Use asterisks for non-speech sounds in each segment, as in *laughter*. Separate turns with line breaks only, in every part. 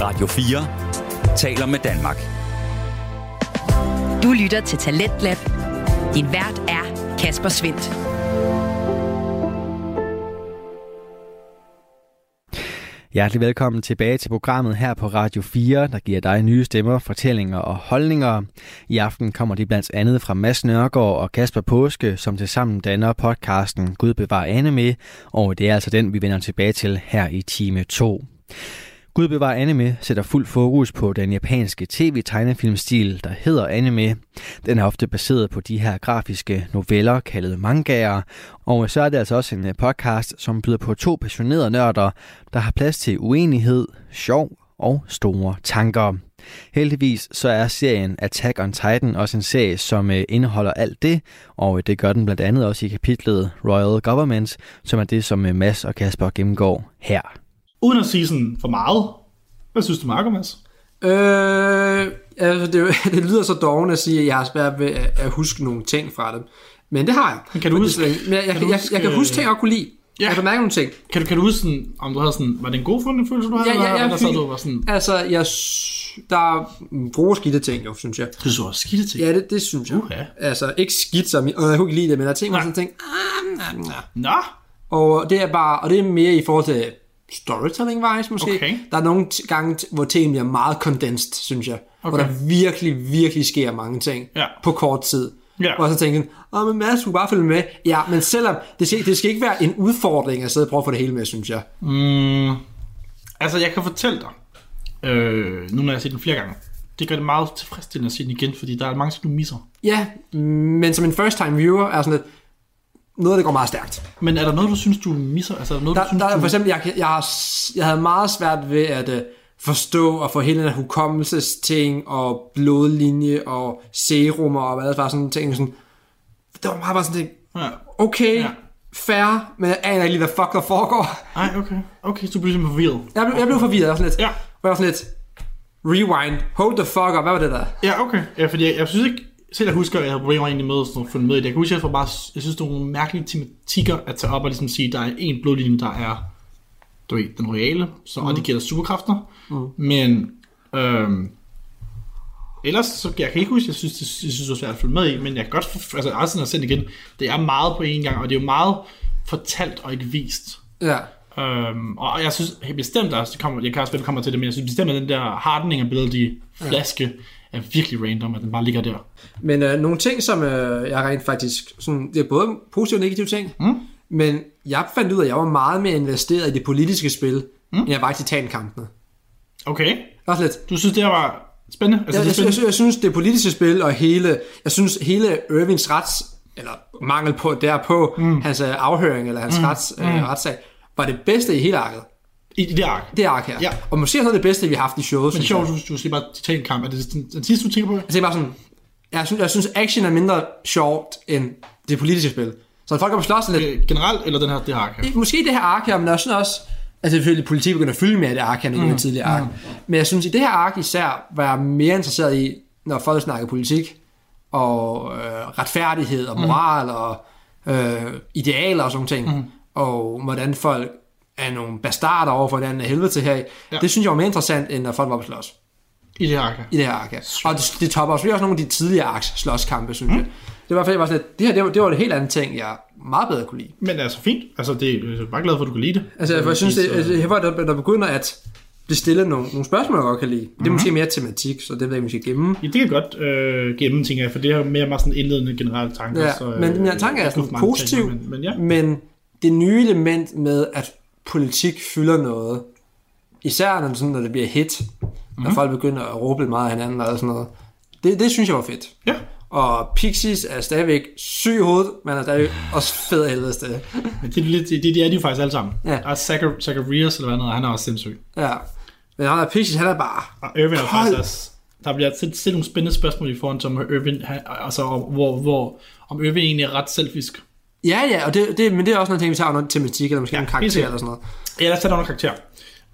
Radio 4 taler med Danmark.
Du lytter til Talentlab. Din vært er Kasper Svendt.
Hjertelig velkommen tilbage til programmet her på Radio 4, der giver dig nye stemmer, fortællinger og holdninger. I aften kommer de blandt andet fra Mads Nørgaard og Kasper Påske, som tilsammen danner podcasten Gud bevar anime, og det er altså den, vi vender tilbage til her i time 2. Gud bevar anime sætter fuld fokus på den japanske tv-tegnefilmstil, der hedder anime. Den er ofte baseret på de her grafiske noveller, kaldet mangaer. Og så er det altså også en podcast, som byder på to passionerede nørder, der har plads til uenighed, sjov og store tanker. Heldigvis så er serien Attack on Titan også en serie, som øh, indeholder alt det, og øh, det gør den blandt andet også i kapitlet Royal Government, som er det, som øh, Mads og Kasper gennemgår her.
Uden at sige sådan for meget. Hvad synes du, Marco, Mads?
Øh, altså *laughs* det, det lyder så doven at sige, at jeg har svært ved at, at huske nogle ting fra dem. Men det har jeg.
Men kan du
Og
huske-
det- Men jeg, jeg,
kan du
jeg,
huske-
jeg, kan huske ting, jeg godt kunne lide.
Ja.
Jeg kan mærke nogle ting.
Kan du, kan du huske, sådan, om du havde sådan, var det en god fundet følelse, du havde?
Ja, ja,
eller,
ja,
eller sad
fy-
du og var sådan,
Altså, jeg, sy- der er gode og skidte ting, jo, synes jeg.
du så også skidte til?
Ja, det, det synes jeg.
Uha.
Altså, ikke skidt som, i, "Åh, jeg kunne ikke lide det, men der er ting, hvor jeg
Nej.
sådan tænker, ah, nah, nah.
Nå,
Og det er bare, og det er mere i forhold til storytelling-wise måske.
Okay.
Der er nogle t- gange, t- hvor tingene bliver meget condensed, synes jeg. Okay. Hvor
Okay.
der virkelig, virkelig sker mange ting
Ja.
på kort tid.
Ja.
Og så tænker jeg, åh, men Mads, du kan bare følge med. Ja, men selvom, det skal, det skal ikke være en udfordring at sidde og prøve at få det hele med, synes jeg.
Mm, altså, jeg kan fortælle dig, øh, nu når jeg har set den flere gange, det gør det meget tilfredsstillende at se den igen, fordi der er mange ting, du misser.
Ja, men som en first-time viewer er sådan lidt, noget af det går meget stærkt.
Men er der noget, du synes, du misser? Altså, er der noget,
Der,
du synes,
der er
du...
for eksempel, jeg, kan- jeg, har, s- jeg havde meget svært ved at øh, forstå og få hele den her hukommelsesting og blodlinje og serum og hvad det var, sådan nogle ting. Sådan, det var meget bare sådan ting,
Ja.
okay,
Ja.
ja. fair, men jeg aner ikke lige, hvad fuck der foregår.
Ej, okay. Okay, så du bliver simpelthen forvirret.
Jeg blev, jeg blev forvirret, jeg var sådan lidt,
Ja.
hvor jeg var sådan lidt, rewind, hold the fuck up, hvad var det der?
Ja, okay. Ja, fordi jeg, jeg synes ikke, selv jeg husker, at jeg havde problemer egentlig med at sådan at følge med i det. Jeg kan huske, at jeg, får bare, jeg synes, det er nogle mærkelige tematikker at tage op og ligesom sige, at der er en blodlinje, der er du ved, den royale, så, mm. og det giver dig superkræfter. Mm. Men øhm, ellers, så jeg kan ikke huske, jeg synes, det, jeg synes, det var svært at følge med i, men jeg kan godt, for- altså resten af sendt igen, det er meget på én gang, og det er jo meget fortalt og ikke vist.
Ja.
Øhm, og jeg synes helt bestemt også, det kommer, jeg kan også vel kommer til det, men jeg synes bestemt, at den der hardening af billedet i flaske er virkelig random, at den bare ligger der.
Men øh, nogle ting, som øh, jeg rent faktisk... Sådan, det er både positive og negative ting. Mm. Men jeg fandt ud af, at jeg var meget mere investeret i det politiske spil, mm. end jeg var i titankampene.
Okay,
Også lidt.
du synes, det her var spændende? Altså,
Jeg,
det er
jeg, jeg,
spændende.
jeg, jeg synes, det politiske spil og hele... Jeg synes, hele Irvings rets... Eller mangel på derpå, mm. hans øh, afhøring eller hans mm. Rets, øh, retssag, var det bedste i hele arket.
I det der ark.
Det ark her.
Ja.
Og måske også noget af det bedste, vi har haft i showet.
Men
synes
sjovt,
jeg.
du, du siger bare titankamp. Er det den, den sidste, du tænker på?
Altså, det er bare sådan... Jeg synes, jeg synes, action er mindre sjovt end det politiske spil. Så når folk kommer og slås lidt,
Øh, Generelt, eller den her, det her ark her?
måske i det her ark her, men der er sådan også, altså selvfølgelig politik begynder at fylde mere i det ark her, end mm. i det tidligere ark. Mm. Men jeg synes, i det her ark især, var jeg mere interesseret i, når folk snakker politik, og øh, retfærdighed, og moral, mm. og øh, idealer og sådan nogle ting, mm. og hvordan folk er nogle bastarder over for hinanden af helvede til her.
Ja.
Ja. Det synes jeg var mere interessant, end når folk var på slås
I det her ark her.
i det her ark her. Og det, det topper også, også nogle af de tidligere arks slåskampe, synes mm. jeg. Det var i hvert fald bare sådan, at det her det var, det var en helt anden ting, jeg meget bedre kunne lide.
Men altså, fint. Altså, det, jeg er bare glad for, at du kan lide det. Øh,
Altså, for jeg synes, det,
Så-
altså, her var der, der begynder at blive stillet nogle, nogle spørgsmål, jeg godt kan lide.
Mhm.
Det er måske mere tematik, så det vil jeg måske gemme.
Ja, det kan jeg godt øh, gemme, tænker jeg, for det her er mere meget sådan indledende generelle tanker.
Ja,
så, øh,
så, men min tanke er
jeg
sådan
skuffede mange
positiv,
ting, men, men ja.
men det nye element med, at politik fylder noget, især når, det sådan, når det bliver hit, mm.
Mhm.
når folk begynder at råbe lidt meget af hinanden og sådan noget, det, det synes jeg var fedt.
ja.
Og Pixies er stadigvæk syg i hovedet, men er stadigvæk også fed af helvede sted.
Men det, er lidt, det, det er de jo faktisk alle sammen.
Ja.
Og Zachar- Zacharias eller hvad noget, han er også sindssyg.
Ja. Men han er Pixies, han er bare...
Og Irvin er
Hold-
faktisk også... Der bliver stillet stillet nogle spændende spørgsmål i forhold til, om Irvin, han, altså, om, hvor, hvor, om Irvin egentlig er ret selfisk.
Ja, ja, og det, det, men det er også noget, ting, vi tager under tematik, eller måske ja, en
helt
karakter
sikkert.
eller sådan noget.
Ja, lad os tage nogle karakterer.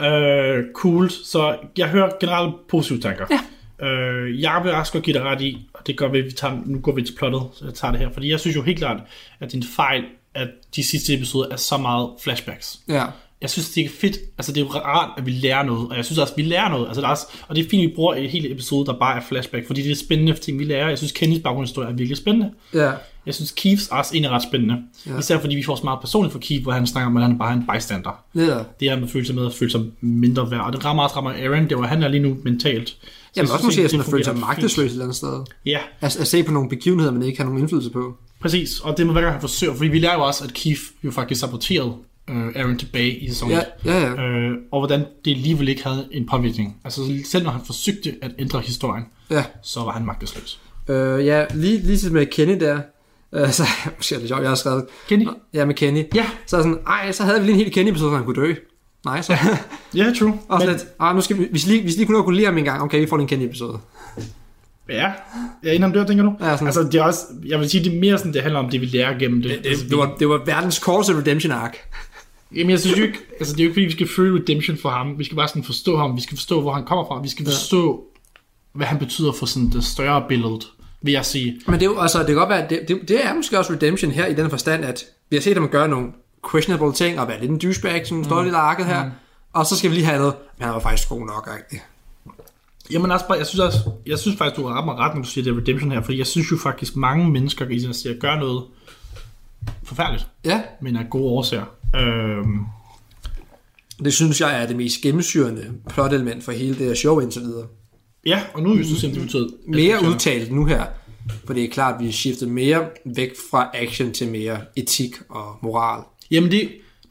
Øh, cool, så jeg hører generelt positive tanker. Ja. Øh, jeg vil også godt give dig ret i, og det gør vi, at vi tager, nu går vi til plottet, så jeg tager det her, fordi jeg synes jo helt klart, at din fejl, at de sidste episoder er så meget flashbacks.
Ja.
jeg synes, det er fedt. Altså, det er jo rart, at vi lærer noget. Og jeg synes også, at vi lærer noget. Altså, der er også, og det er fint, at vi bruger en hel episode, der bare er flashback. Fordi det er spændende ting, vi lærer. Jeg synes, Kennys baggrundshistorie er virkelig spændende.
Ja.
Jeg synes, Keiths også egentlig er ret spændende. Ja. Især fordi vi får så meget personligt for Keith, hvor han snakker om, at han bare er en bystander.
Leder.
Det her med følelse med at føle sig mindre værd. Og det rammer også rammer Aaron, det var han er lige nu mentalt. Så jeg
Jamen også
synes
måske
egentlig,
sådan
det
at føle sig
fungerer fint.
magtesløs et eller andet sted.
Ja,
Altså at se på nogle begivenheder, man ikke har nogen indflydelse på.
præcis. Og det må hver gang han forsøger. Fordi vi lærer jo også, at Keith jo faktisk saboterede øh, Aaron tilbage i sæson
Ja,
1.
ja, ja.
øh, og hvordan det alligevel ikke havde en påvirkning. Altså selv når han forsøgte at ændre historien,
Ja,
så var han magtesløs.
øh, ja lige, lige til med Kenny der. Øh, så *laughs* måske er det sjovt, jeg har skrevet.
Kenny?
Ja, med Kenny.
Ja.
Så er jeg sådan, ej, så havde vi lige en hel Kenny-episode, hvor han kunne dø. Nej, så. *laughs*
Ja, yeah, true.
Og
Men-
sådan lidt, ah, nu skal vi, hvis lige, hvis lige kunne nå at kunne lide ham en gang, okay, vi får lige en Kenny-episode.
Ja, ja inden han dør, tænker du?
Ja, sådan-
altså, det er også, jeg vil sige, det er mere sådan, det handler om det, vi lærer gennem det. Altså,
Det, det, var, det var verdens korteste redemption-arc.
Jamen, jeg synes jo ikke, altså, det er jo ikke, fordi vi skal føle redemption for ham. Vi skal bare sådan forstå ham. Vi skal forstå, hvor han kommer fra. Vi skal forstå, hvad han betyder for sådan det større billede, vil jeg sige.
Men det er jo altså, det kan godt være, at det, det, det er måske også redemption her i den forstand, at vi har set ham gøre nogle questionable ting, og være lidt en douchebag, som står lidt af arket her, og så skal vi lige have noget, men han var faktisk god nok, ikke?
Jamen også bare, jeg synes, også, jeg synes faktisk, du har ret mig ret, når du siger, det er redemption her, fordi jeg synes jo faktisk, mange mennesker kan i sig at gøre noget forfærdeligt,
Ja,
men af gode årsager. Øhm,
det synes jeg er det mest gennemsyrende plot-element for hele det her show indtil videre.
ja, og nu er vi synes, at det betyder...
Mere
at-
udtalt nu her, for det er klart, at vi har skiftet mere væk fra action til mere etik og moral.
Jamen det,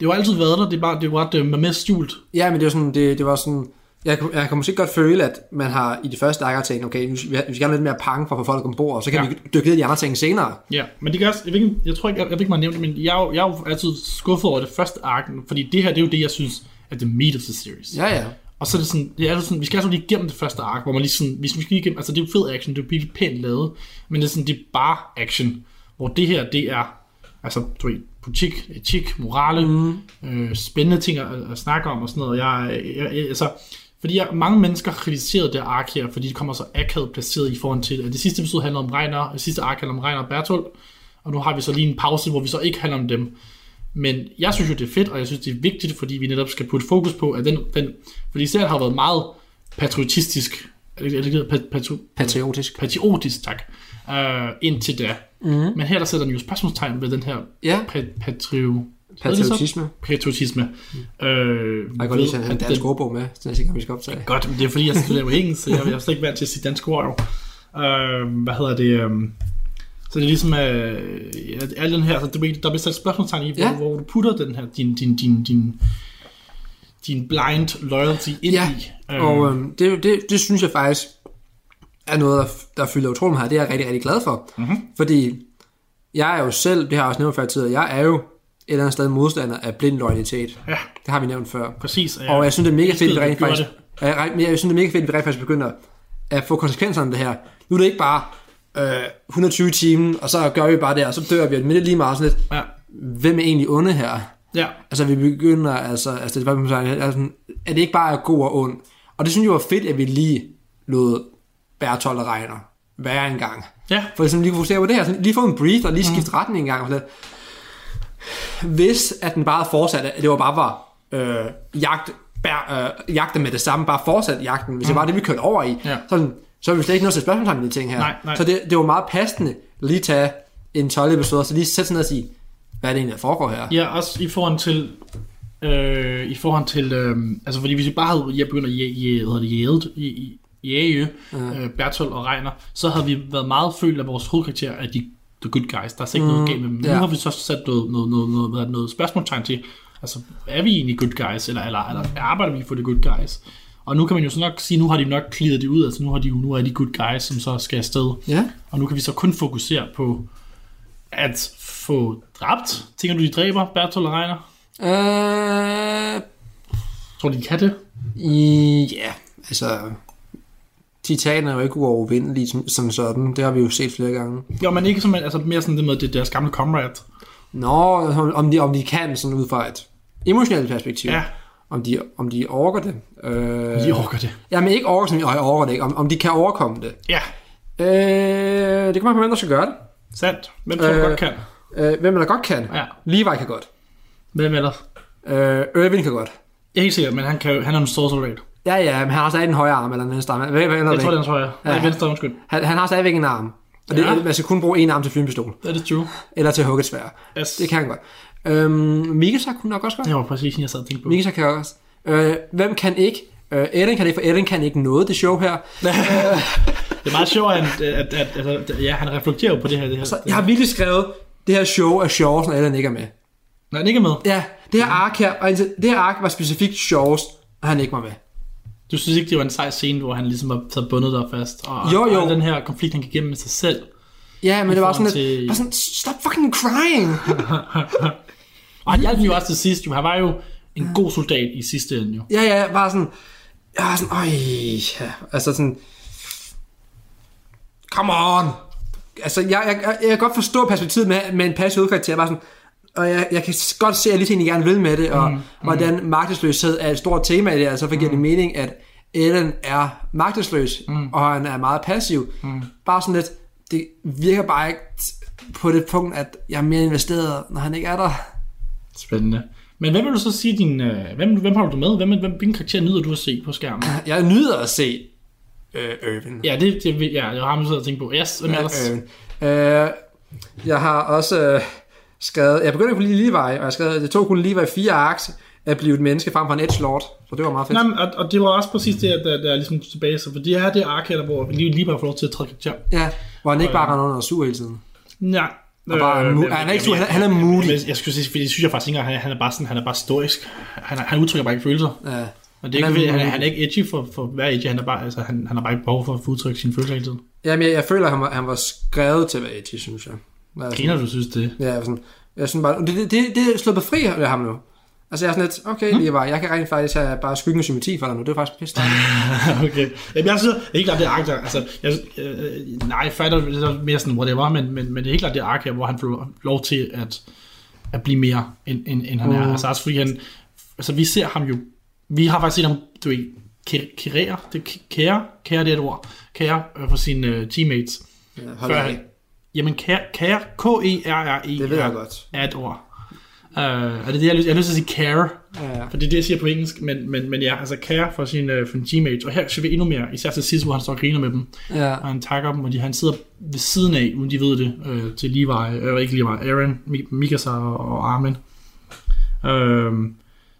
det har jo altid været der, det er bare, det er jo ret øh, mest skjult.
Ja, men det var sådan, det, det var sådan, jeg, kunne- jeg kan måske godt føle, at man har i det første ark tænkt, okay, nu skal vi, vi skal have lidt mere pang for at få folk ombord, og så kan
Ja.
ja. vi dykke ned i de andre ting senere.
Ja, men det kan også, jeg, ved ikke, jeg tror ikke, jeg, jeg ved ikke, man nævnte det, men jeg, er jo- jeg er jo altid skuffet over det første ark, fordi det her, det er jo det, jeg synes, er the meat of the series.
Ja, ja.
Og så er det sådan, det er altid sådan, vi skal altså lige igennem det første ark, hvor man lige sådan, hvis vi skal lige igennem, altså det er jo fed action, det er jo virkelig pænt lavet, men det er sådan, det er bare action, hvor det her, det er, altså, du ved, politik, etik, morale, mm. øh, spændende ting at, at, snakke om og sådan noget. Jeg, jeg, jeg altså, fordi jeg, mange mennesker kritiserede det ark her, fordi det kommer så akavet placeret i forhold til, at det sidste episode handlede om Reiner, det sidste ark handlede om Reiner og Bertolt, og nu har vi så lige en pause, hvor vi så ikke handler om dem. Men jeg synes jo, det er fedt, og jeg synes, det er vigtigt, fordi vi netop skal putte fokus på, at den, den fordi serien har været meget patriotistisk, eller, eller, eller pat, patro,
Patriotisk.
patriotisk, tak, øh, indtil da. Mm. Men her der sætter den jo spørgsmålstegn ved den her
Mhm. Ja.
pa- patrio,
Patriotisme.
patriotisme. Mm. Øh,
Jeg kan godt lige
ved,
have en
at
dansk
den-
ordbog med, til næste gang vi skal optage.
Godt, men det er fordi, jeg studerer jo engelsk, så jeg, jeg er slet ikke vant til at sige danske ord. jo. Øh, hvad hedder det? Øh, så det er ligesom, øh, at al den her, så det, der bliver sat spørgsmålstegn i, hvor,
Ja.
hvor, du putter den her, din, din, din, din, din blind loyalty ind
Ja,
i.
og øhm, det, det, det synes jeg faktisk er noget, der, der fylder utrolig meget. Det er jeg rigtig, rigtig glad for. Mm-hmm. Fordi jeg er jo selv, det har jeg også nævnt før i tiden, jeg er jo et eller andet sted modstander af blind loyalitet.
Ja.
Det har vi nævnt før.
Præcis.
Ja. Og jeg synes, det er mega fedt, at vi rent
gjorde
faktisk, Ja, jeg, men jeg synes, det er mega fedt, at vi rent faktisk begynder at få konsekvenserne af det her. Nu er det ikke bare øh, 120 timer, og så gør vi bare det, og så dør vi, men det er lige meget sådan lidt,
Ja.
hvem er egentlig onde her?
ja.
Altså, vi begynder, altså, altså det er, bare, som sagt, altså, at det ikke bare er god og ond. Og det synes jeg var fedt, at vi lige lod Bertolt og Regner være en gang.
Ja.
For ligesom lige at fokusere på det her, sådan, lige få en breather, lige skifte mm. retning en gang. og sådan lidt. Hvis at den bare fortsatte, at det var bare var øh, jagt, bær, øh, jagte med det samme, bare fortsat jagten, hvis mm. det var det, vi kørte over i,
Ja.
sådan, så ville vi slet ikke nå til spørgsmål med de ting her.
Nej, nej.
Så det, det var meget passende lige tage en 12 episode, og så lige sætte sig ned og sige, hvad er det egentlig, der foregår her?
Ja, også i forhold til... Øh, I forhold til... Øh, altså, fordi hvis vi bare havde jeg begyndt at jæ, jæ, hvad hedder det, jæget, i- i- jæge øh, Bertolt og Regner, så havde vi været meget følt af vores hovedkarakter, at de the good guys. Der er slet ikke mm, noget galt med dem.
ja.
Nu har vi så sat noget, noget, noget, noget, noget, noget spørgsmålstegn til, altså, er vi egentlig good guys, eller, eller, eller arbejder vi for the good guys? Og nu kan man jo så nok sige, nu har de nok clearet det ud, altså nu, har de, jo- nu er de good guys, som så skal afsted.
Ja.
Og nu kan vi så kun fokusere på at få dræbt. Tænker du, de dræber Bertolt og Reiner?
Øh,
Tror du, de kan det?
i- ja, altså... Titaner er jo ikke uovervindelige som, som sådan. Det har vi jo set flere gange.
Jo, men ikke som, altså, mere sådan det med det deres gamle comrade.
Nå, om- om de, om de kan sådan ud fra et emotionelt perspektiv.
Ja.
Om de, om de orker det. Øh,
De orker det.
Ja, men ikke orker, som i, "Åh, jeg orker det ikke. Om, om de kan overkomme det.
Ja,
Øh, det kan man på, hvem der skal gøre det.
sandt. Hvem tror du
Øh.
godt kan?
Øh, hvem der godt kan.
Ja.
Levi kan godt.
Hvem ellers?
Øh, Irvin kan godt.
Jeg er helt sikker, men han, kan, jo- han er en stor soldat.
Ja, ja, men han har stadig en højre arm eller en venstre arm. Hvad, hvad, hvad,
Jeg tror, det er
hvad?
hans højre. Ja.
Ja.
Nej, venstre, undskyld.
Han, han har stadigvæk en arm. Og det,
Ja.
man skal kun bruge en arm til flympistol.
That is true.
Eller til hugget svær.
Yes.
Det kan han godt. Øhm, Mikasa kunne nok også godt.
Det var præcis, jeg sad og tænkte på.
Mikasa kan også. Øh, hvem kan ikke? Øh, Eren kan ikke, for Eren kan ikke noget det show her.
Det er meget sjovt, at, at, at, at, at ja, han reflekterer jo på det her. Det her.
Så jeg har virkelig skrevet, det her show er sjovest, når Eren ikke er med.
Nej, han ikke er med.
Ja, det her ark her, og indtil- det her ark var specifikt sjovest, og han ikke var med.
Du synes ikke, det var en sej scene, hvor han ligesom var taget bundet der fast? Og,
Jo, jo.
Og den her konflikt, han gik igennem med sig selv.
Ja, men det var sådan
forhold
lidt,
til-
bare sådan, stop fucking crying!
Og han hjalp dem jo også til sidst. Jo. Han var jo en god soldat i sidste ende, jo.
Ja, ja, bare sådan, jeg var sådan, øj, ja. altså sådan, come on! Altså, jeg, jeg, jeg, jeg kan godt forstå perspektivet med, med en passiv udkarakter, bare sådan, og jeg, jeg kan s- godt se, at lige I gerne vil med det, og mm, hvordan magtesløshed er et stort tema i det, altså for giver det mening, at Ellen er magtesløs, mm. og han er meget passiv. Mm. Bare sådan lidt, det virker bare ikke t- på det punkt, at jeg er mere investeret, når han ikke er der.
Spændende. Men hvem vil du så sige din... Øh, hvem, hvem har du med? Hvem, hvem, hvilken karakter nyder du at se på skærmen?
Jeg nyder at se øh, Irvin.
ja, det, det vil- ja, jeg har ham, der sidder og tænker på. Yes, hvem ellers?
Øh, øh, jeg har også øh, skrevet, jeg begyndte at kunne lide Levi, og jeg skrev, det tog kun Levi fire arks at blive et menneske frem for en edgelord, så det var meget fedt.
Nej, men, og, og, det var også præcis det, at der, der er ligesom tilbage. Så for det her, det er arkader, hvor vi lige, lige bare får lov til at træde karakter.
Ja, hvor han ikke bare render under og sur hele tiden.
Nej.
Og bare
øh,
mu- Øh, han er ikke sur, han er- han er moody.
Jeg, jeg skulle sige, fordi det synes jeg faktisk ikke, engang, han, er- han er bare sådan, han er bare stoisk. Han, er, han udtrykker bare ikke følelser.
Ja.
Og det er
Han
ikke, fordi-
er
han, er,
moody.
han er ikke edgy for, for hver edgy, han er bare, altså, han, han har bare ikke behov for at få udtrykke sine følelser hele tiden.
Jamen, jeg, jeg føler, at han var, han var skrevet til at være edgy, synes jeg. Jeg er sådan-
Griner du, synes det?
Ja, jeg er sådan, jeg synes bare, det, det, det, det er sluppet fri af ham nu. Altså jeg er sådan lidt, okay, mm. Levi, jeg kan rent faktisk have bare skyggen og symmetri for dig nu, det er faktisk pisse dejligt.
*laughs* okay. Jamen, jeg synes helt klart, det er ark der, altså, jeg, øh, nej, fighter det er mere sådan, whatever, men, men, men det er helt klart, det er ark her, hvor han får lov til at, at blive mere, end, end, end han
Mm.
er. Altså, også fordi han, altså, vi ser ham jo, vi har faktisk set ham, du ved, kæ- kærere, det kære, kære det er et ord, kære øh, for sine øh, teammates.
Ja, hold
Før
da
han,
af.
jamen, kære, kære, K-E-R-R-E,
Det ved jeg
er-
godt.
er et ord. Uh, er det det, jeg har lyst, jeg har lyst til at sige care,
Ja.
for det er det, jeg siger på engelsk, men, men, men ja, altså care for sin, øh, for sin teammates, og her ser vi endnu mere, især til sidst, hvor han står og griner med dem,
Ja.
og han takker dem, og de, han sidder ved siden af, uden de ved det, øh, til Levi, øh, ikke Levi, Aaron, Mi- Mikasa og, og Armin. Øh,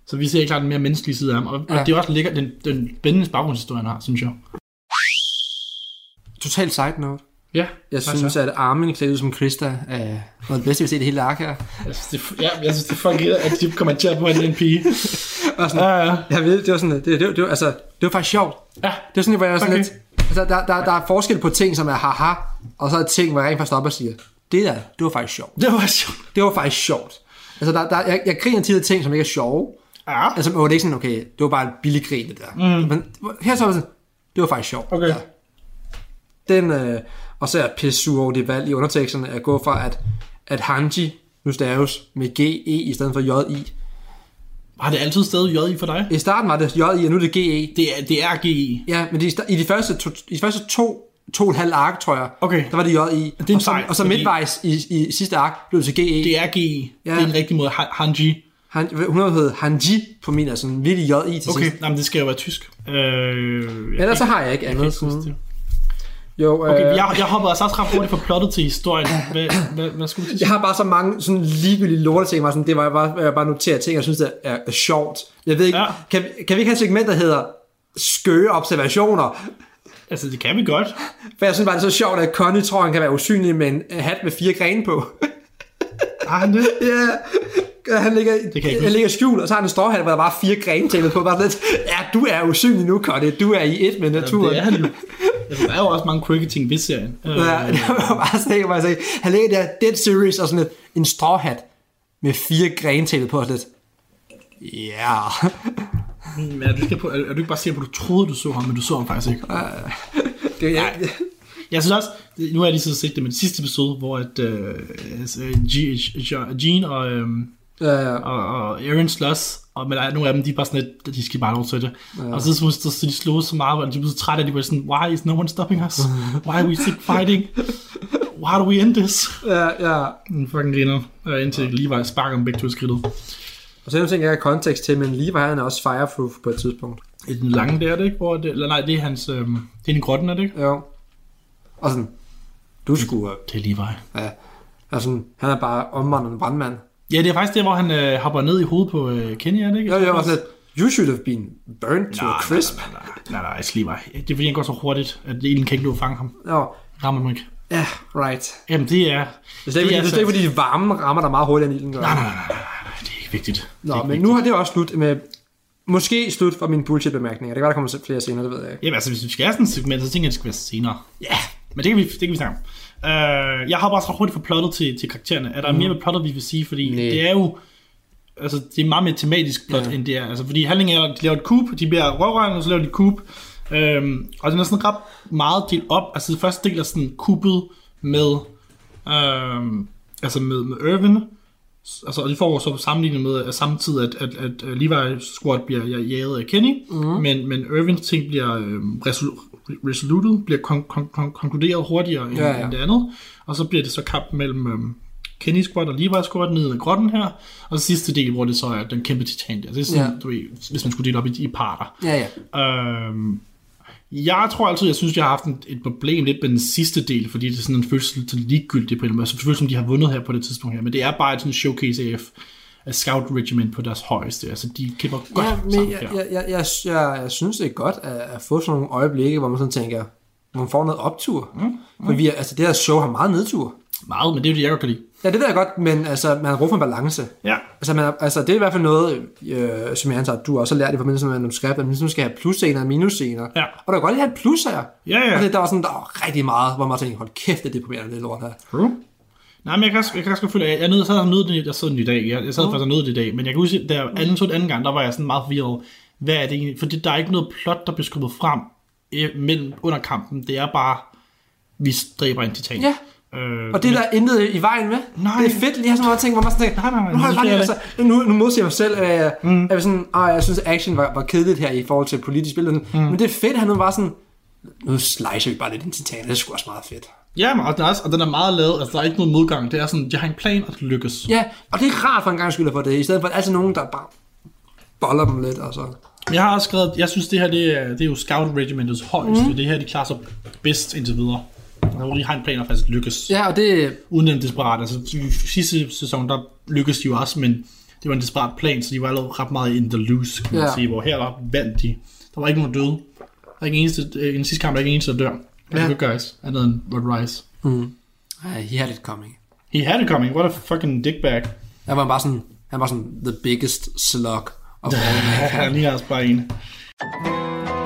så vi ser helt klart den mere menneskelige side af ham, og, ja.
Ja.
og det er også lækkert, den, den spændende baggrundshistorie, han har, synes jeg.
Total side note.
Ja,
Jeg
hvad
synes,
så?
at Armin klædt ud som Krista er noget af det bedste, vi har set i hele ark her.
jeg synes, det, ja, jeg synes, det er fucking irriterende, at de kommenterer på, at det er en pige.
Og sådan,
Ja, ja.
Jeg ved, det var sådan, det, det, det, var, altså, det var faktisk sjovt.
Ja,
Det var sådan, hvor jeg var sådan
Okay.
lidt, altså, der, der, der er forskel på ting, som er haha, og så er ting, hvor jeg rent faktisk stopper og siger, det der, det var faktisk sjovt.
det var sjovt.
Det var faktisk sjovt. Altså, der, der, jeg, jeg griner tit af ting, som ikke er sjove.
Ja.
Altså, hvor det ikke sådan, okay, det var bare en billig grin, det der. Mm. Men her så var det sådan, det var faktisk sjovt.
Okay.
Ja. Den, øh, og så er jeg pisse sur over det valg i underteksterne, at gå fra, at, at Hanji nu staves med G-E i stedet for J-I.
Har det altid stadig J i for dig?
I starten var det J-I, og nu er det G-E.
Det er, det er GI.
Ja, men de, i de første to, i de første to, to og en halv ark, tror jeg,
Okay.
der var det JI.
Det er en
og så,
fejl,
og så
fordi-
midtvejs i, i sidste ark blev det til E. GE.
Det er GI.
Ja.
Ja. Det er en rigtig måde. Han- Hanji.
Han, hun hed Hanji på min, altså en virkelig JI til
Okay,
sidst.
Nej, men det skal jo være tysk. Øh, jeg
Ellers så
kan
har
ikke-
jeg ikke
jeg kan
andet.
ikke huske det.
Jo, øh,
Okay,
okay, jeg...
jeg, jeg hopper altså også ret hurtigt fra plottet til historien. Hvad, hvad, hvad skulle du
jeg
sige?
har bare så mange sådan ligegyldige lorteting, hvor jeg sådan, det var jeg bare, jeg bare noterer ting, jeg synes, det er, er sjovt. Jeg ved ikke, ja.
Ja.
kan, vi- kan vi ikke have et segment, der hedder skøre observationer?
Altså, det kan vi godt.
For jeg synes bare, det er så sjovt, at Connie tror, han kan være usynlig med en hat med fire grene på. *laughs*
Har han det?
Ja, han ligger,
kan
det
jeg ikke
han
huske.
ligger skjult, og så har han en stråhat, hvor der bare er fire grene på. Bare sådan lidt, ja, du er usynlig nu, Connie. Du er i et med naturen.
Det er han jo. Altså, der er jo også mange quirky ting ved serien. Øh,
*laughs* Ja, det var bare sådan, hvor jeg sagde, han ligger der dead serious og sådan lidt, en stråhat med fire grene på. Og sådan lidt, ja.
men er, du ikke på, er, er du ikke bare sikker på, at du troede, du så ham, men du så ham faktisk ikke?
Det, ja.
Jeg synes også, nu har jeg lige siddet og set det med den sidste episode, hvor at, øh, altså, G- Jean- Jean og, øh,
Ja,
og, og Aaron slås, og, men der er nogle af dem, de er bare sådan lidt, de skal bare have lov til det. Ja. Og så, så, så, så de slog så meget, og de blev så trætte, at de var sådan, why is no one stopping us? Why are we still fighting? Why do we end this?
ja, ja.
En fucking griner, og indtil Levi sparker dem begge to i skridtet.
Og så er der nogle ting, jeg ikke har kontekst til, men Levi han er også fireproof på et tidspunkt.
I den lange der, er det ikke? Hvor er det, eller nej, det er hans... Øh, det er en grotten, er det ikke?
Jo. Og sådan, du skulle... øh,
Det er Levi.
Ja. Og sådan, han er bare omvandret en brandmand.
Ja, det er faktisk det, hvor han øh, hopper ned i hovedet på øh, Kenny, er det ikke? Ah,
Jo, jo, og sådan, at, you should have been burnt to a
Nej,
crisp.
Nej, nej, nej, nej, nej, altså Levi. Det er fordi, han går så hurtigt, at ilden kan ikke nå at fange ham.
Nå,
Rammer ham ikke.
ja, right.
Jamen, det er...
Det er slet ikke,
Det er
det er slet ikke
altså-
fordi varmen rammer dig meget hurtigere, end ilden gør.
Nej, nej, nej, nej, nej, nej, det er ikke vigtigt.
Nå, men nu har det også slut med... Måske slut for mine bullshit-bemærkninger. Det kan være, der kommer flere senere, det ved jeg ikke.
Jamen, altså, hvis vi skal have sådan et segment, så tænker jeg, det skal være senere. Ja, yeah. men det kan vi, det kan vi snakke om. Uh, jeg hopper også ret hurtigt fra plottet til, til karaktererne. Er der
Mhm.
mm. mere med plottet, vi vil sige? Fordi
Næ.
det er jo... Altså, det er meget mere tematisk plot, yeah. end det er. Altså, fordi handlingen er, at de laver et kub, de bliver røvrørende, og så laver de et kub. Øhm, og den er sådan ret meget delt op. Altså, det første del er sådan kuppet med... Øhm, altså med, med Irvin. Altså, og det foregår så på sammenlignet med at samtidig, at, at, at øh, Levi's squad bliver ja- jaget af Kenny,
Mhm.
mm-hmm. men, men Irvins ting bliver øh, resol- resolutet, bliver kon- kon- kon- konkluderet hurtigere end,
Ja, ja.
end det andet, og så bliver det så kamp mellem øh, Kenny squad og Levi's squad nede i grotten her, og så sidste del, hvor det så er den kæmpe titan der. Det er sådan,
Ja.
ja. du ved, hvis man skulle dele op i, i parter.
Ja, ja.
Øhm, jeg tror altid, jeg synes, jeg har haft en- et problem lidt med den sidste del, fordi det er sådan en følelse til ligegyldigt på en eller anden måde. Så selvfølgelig, som de har vundet her på det tidspunkt her, men det er bare et sådan showcase af af Scout Regiment på deres højeste. Altså, de kæmper godt
Ja, men
sammen
jeg,
her.
jeg, jeg, jeg, jeg, jeg synes, det er godt at, at få sådan nogle øjeblikke, hvor man sådan tænker, hvor man får noget optur. Mm, mm. For vi, er- altså, det her show har meget nedtur.
Meget, men det er jo det, jeg godt kan lide.
Ja, det ved jeg godt, men altså, man har brug for en balance.
Ja.
Altså, man, har- altså, det er i hvert fald noget, øh, som jeg antager, at du også har lært i forbindelse med manuskript, at man ligesom skal have plusscener og minusscener.
Ja.
Og der kan godt lige have et plus her.
Ja, ja.
Og det, der var sådan, der var rigtig meget, hvor man tænkte, hold kæft, det er deprimerende, det lort her.
True. Nej, men jeg kan, også- jeg kan også godt føle, at jeg, jeg, nød, jeg sad og nød det, jeg sad den i dag. Jeg, jeg sad faktisk og nød det i dag, men jeg kan huske, da jeg
Mm.
anden, så den anden gang, der var jeg sådan meget forvirret. over, Hvad er det egentlig? Fordi der er ikke noget plot, der bliver skubbet frem eh, mellem, under kampen. Det er bare, vi stræber en titan.
Ja.
Øh,
Og det er der intet i vejen med.
Nej.
Det er fedt lige at have sådan noget ting, hvor man sådan tænker,
Nej, nej, nej,
nu, har jeg
nu
bare lige,
ser
altså, nu, nu modsiger jeg mig selv, at jeg, mm. at jeg, sådan, "Åh, jeg synes, at action var, var kedeligt her i forhold til politisk spil. og Sådan. Mm. Men det er fedt, at han nu var sådan, nu slicer vi bare lidt en titan, det er sgu også meget fedt.
Ja, men og den, er også, og den er meget lavet, altså der er ikke noget modgang. Det er sådan, jeg har en plan, og det lykkes.
Ja, og det er rart for en gang skyld at få det, i stedet for at altid nogen, der bare boller dem lidt. Og så.
Jeg har også skrevet, jeg synes det her, det er, det er jo Scout Regimentets
Mhm.
højeste. Mm. Det her, de klarer sig bedst indtil videre. Når de har en plan, og faktisk lykkes.
Ja, og det,
Uden den desperat. Altså i sidste sæson, der lykkedes de jo også, men det var en desperat plan, så de var allerede ret meget in the loose, kan man
Ja.
ja. sige. Hvor her der vandt de. Der var ikke nogen døde. Der er ikke en eneste, øh, i den sidste kamp, der er ikke en eneste, der dør. Det
Ja.
er good guys, andet end Rod Rice.
ej, he had it coming.
He had it coming, what a fucking dickbag.
Han var bare sådan, han var sådan the biggest slug of all *laughs*
Han ligner også bare en.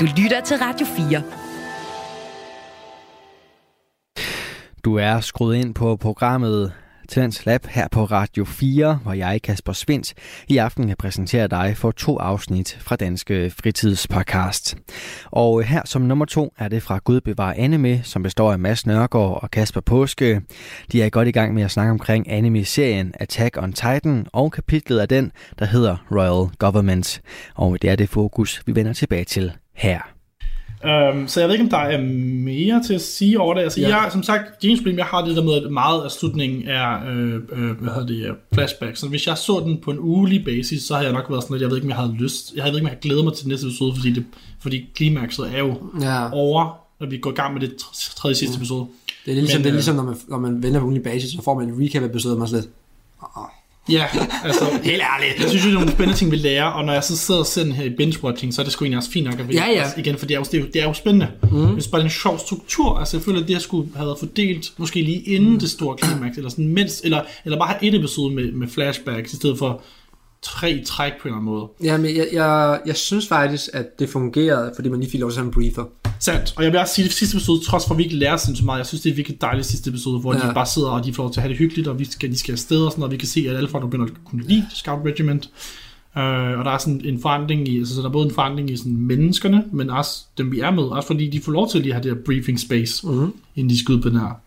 Du lytter til Radio 4.
Du er skruet ind på programmet Talents Lab her på Radio 4, hvor jeg, Kasper Svindt, i aften kan præsentere dig for to afsnit fra Danske Fritidspodcast. Og her som nummer to er det fra Gud bevarer anime, som består af Mads Nørgaard og Kasper Påske. De er godt i gang med at snakke omkring anime-serien Attack on Titan og kapitlet af den, der hedder Royal Government. Og det er det fokus, vi vender tilbage til her.
Øhm, så jeg ved ikke, om der er mere til at sige over det. Altså,
Ja.
ja. jeg, som sagt, James Blin, jeg har det der med, at meget af slutningen er øh, øh, hvad hedder det, øh, flashback. Så hvis jeg så den på en ugelig basis, så havde jeg nok været sådan lidt, jeg ved ikke, om jeg havde lyst. Jeg ved ikke, om jeg glæder mig til den næste episode, fordi, det, fordi klimakset er jo
Ja.
over, når vi går i gang med det tr- tredje sidste episode.
Det er ligesom,
Men,
det er
øh,
ligesom når, man, når man vender på ugenlig basis, så får man en recap-episode, og man er sådan lidt,
Ja, altså... *laughs* Helt ærligt. Jeg synes, jo, det er nogle spændende ting, vi lærer, og når jeg så sidder og ser den her i binge-watching, så er det sgu egentlig også fint nok at vide.
Ja, ja.
Altså, igen, for det er jo, det er jo, det er jo spændende. Mm. Det er bare en sjov struktur. Altså, jeg føler, at det her skulle have været fordelt, måske lige inden mm. det store klimaks, eller, sådan, mens, eller, eller bare have et episode med, med flashbacks, i stedet for tre i træk på en eller anden måde.
Jamen, jeg, jeg, jeg synes faktisk, at det fungerede, fordi man lige fik lov til at have en briefer.
Sandt. Og jeg vil også sige, at det sidste episode, trods for at vi ikke lærer sindssygt meget, jeg synes, det er virkelig dejligt sidste episode, hvor
Ja.
ja. de bare sidder, og de får lov til at have det hyggeligt, og vi skal, de skal afsted og sådan, og vi kan se, at alle folk begynder at kunne lide Scout Regiment. Øh, og der er sådan en forandring i, altså så der er både en forandring i sådan menneskerne, men også dem vi er med, også fordi de får lov til lige at have det her briefing space, mm-hmm. inden de skal ud på den her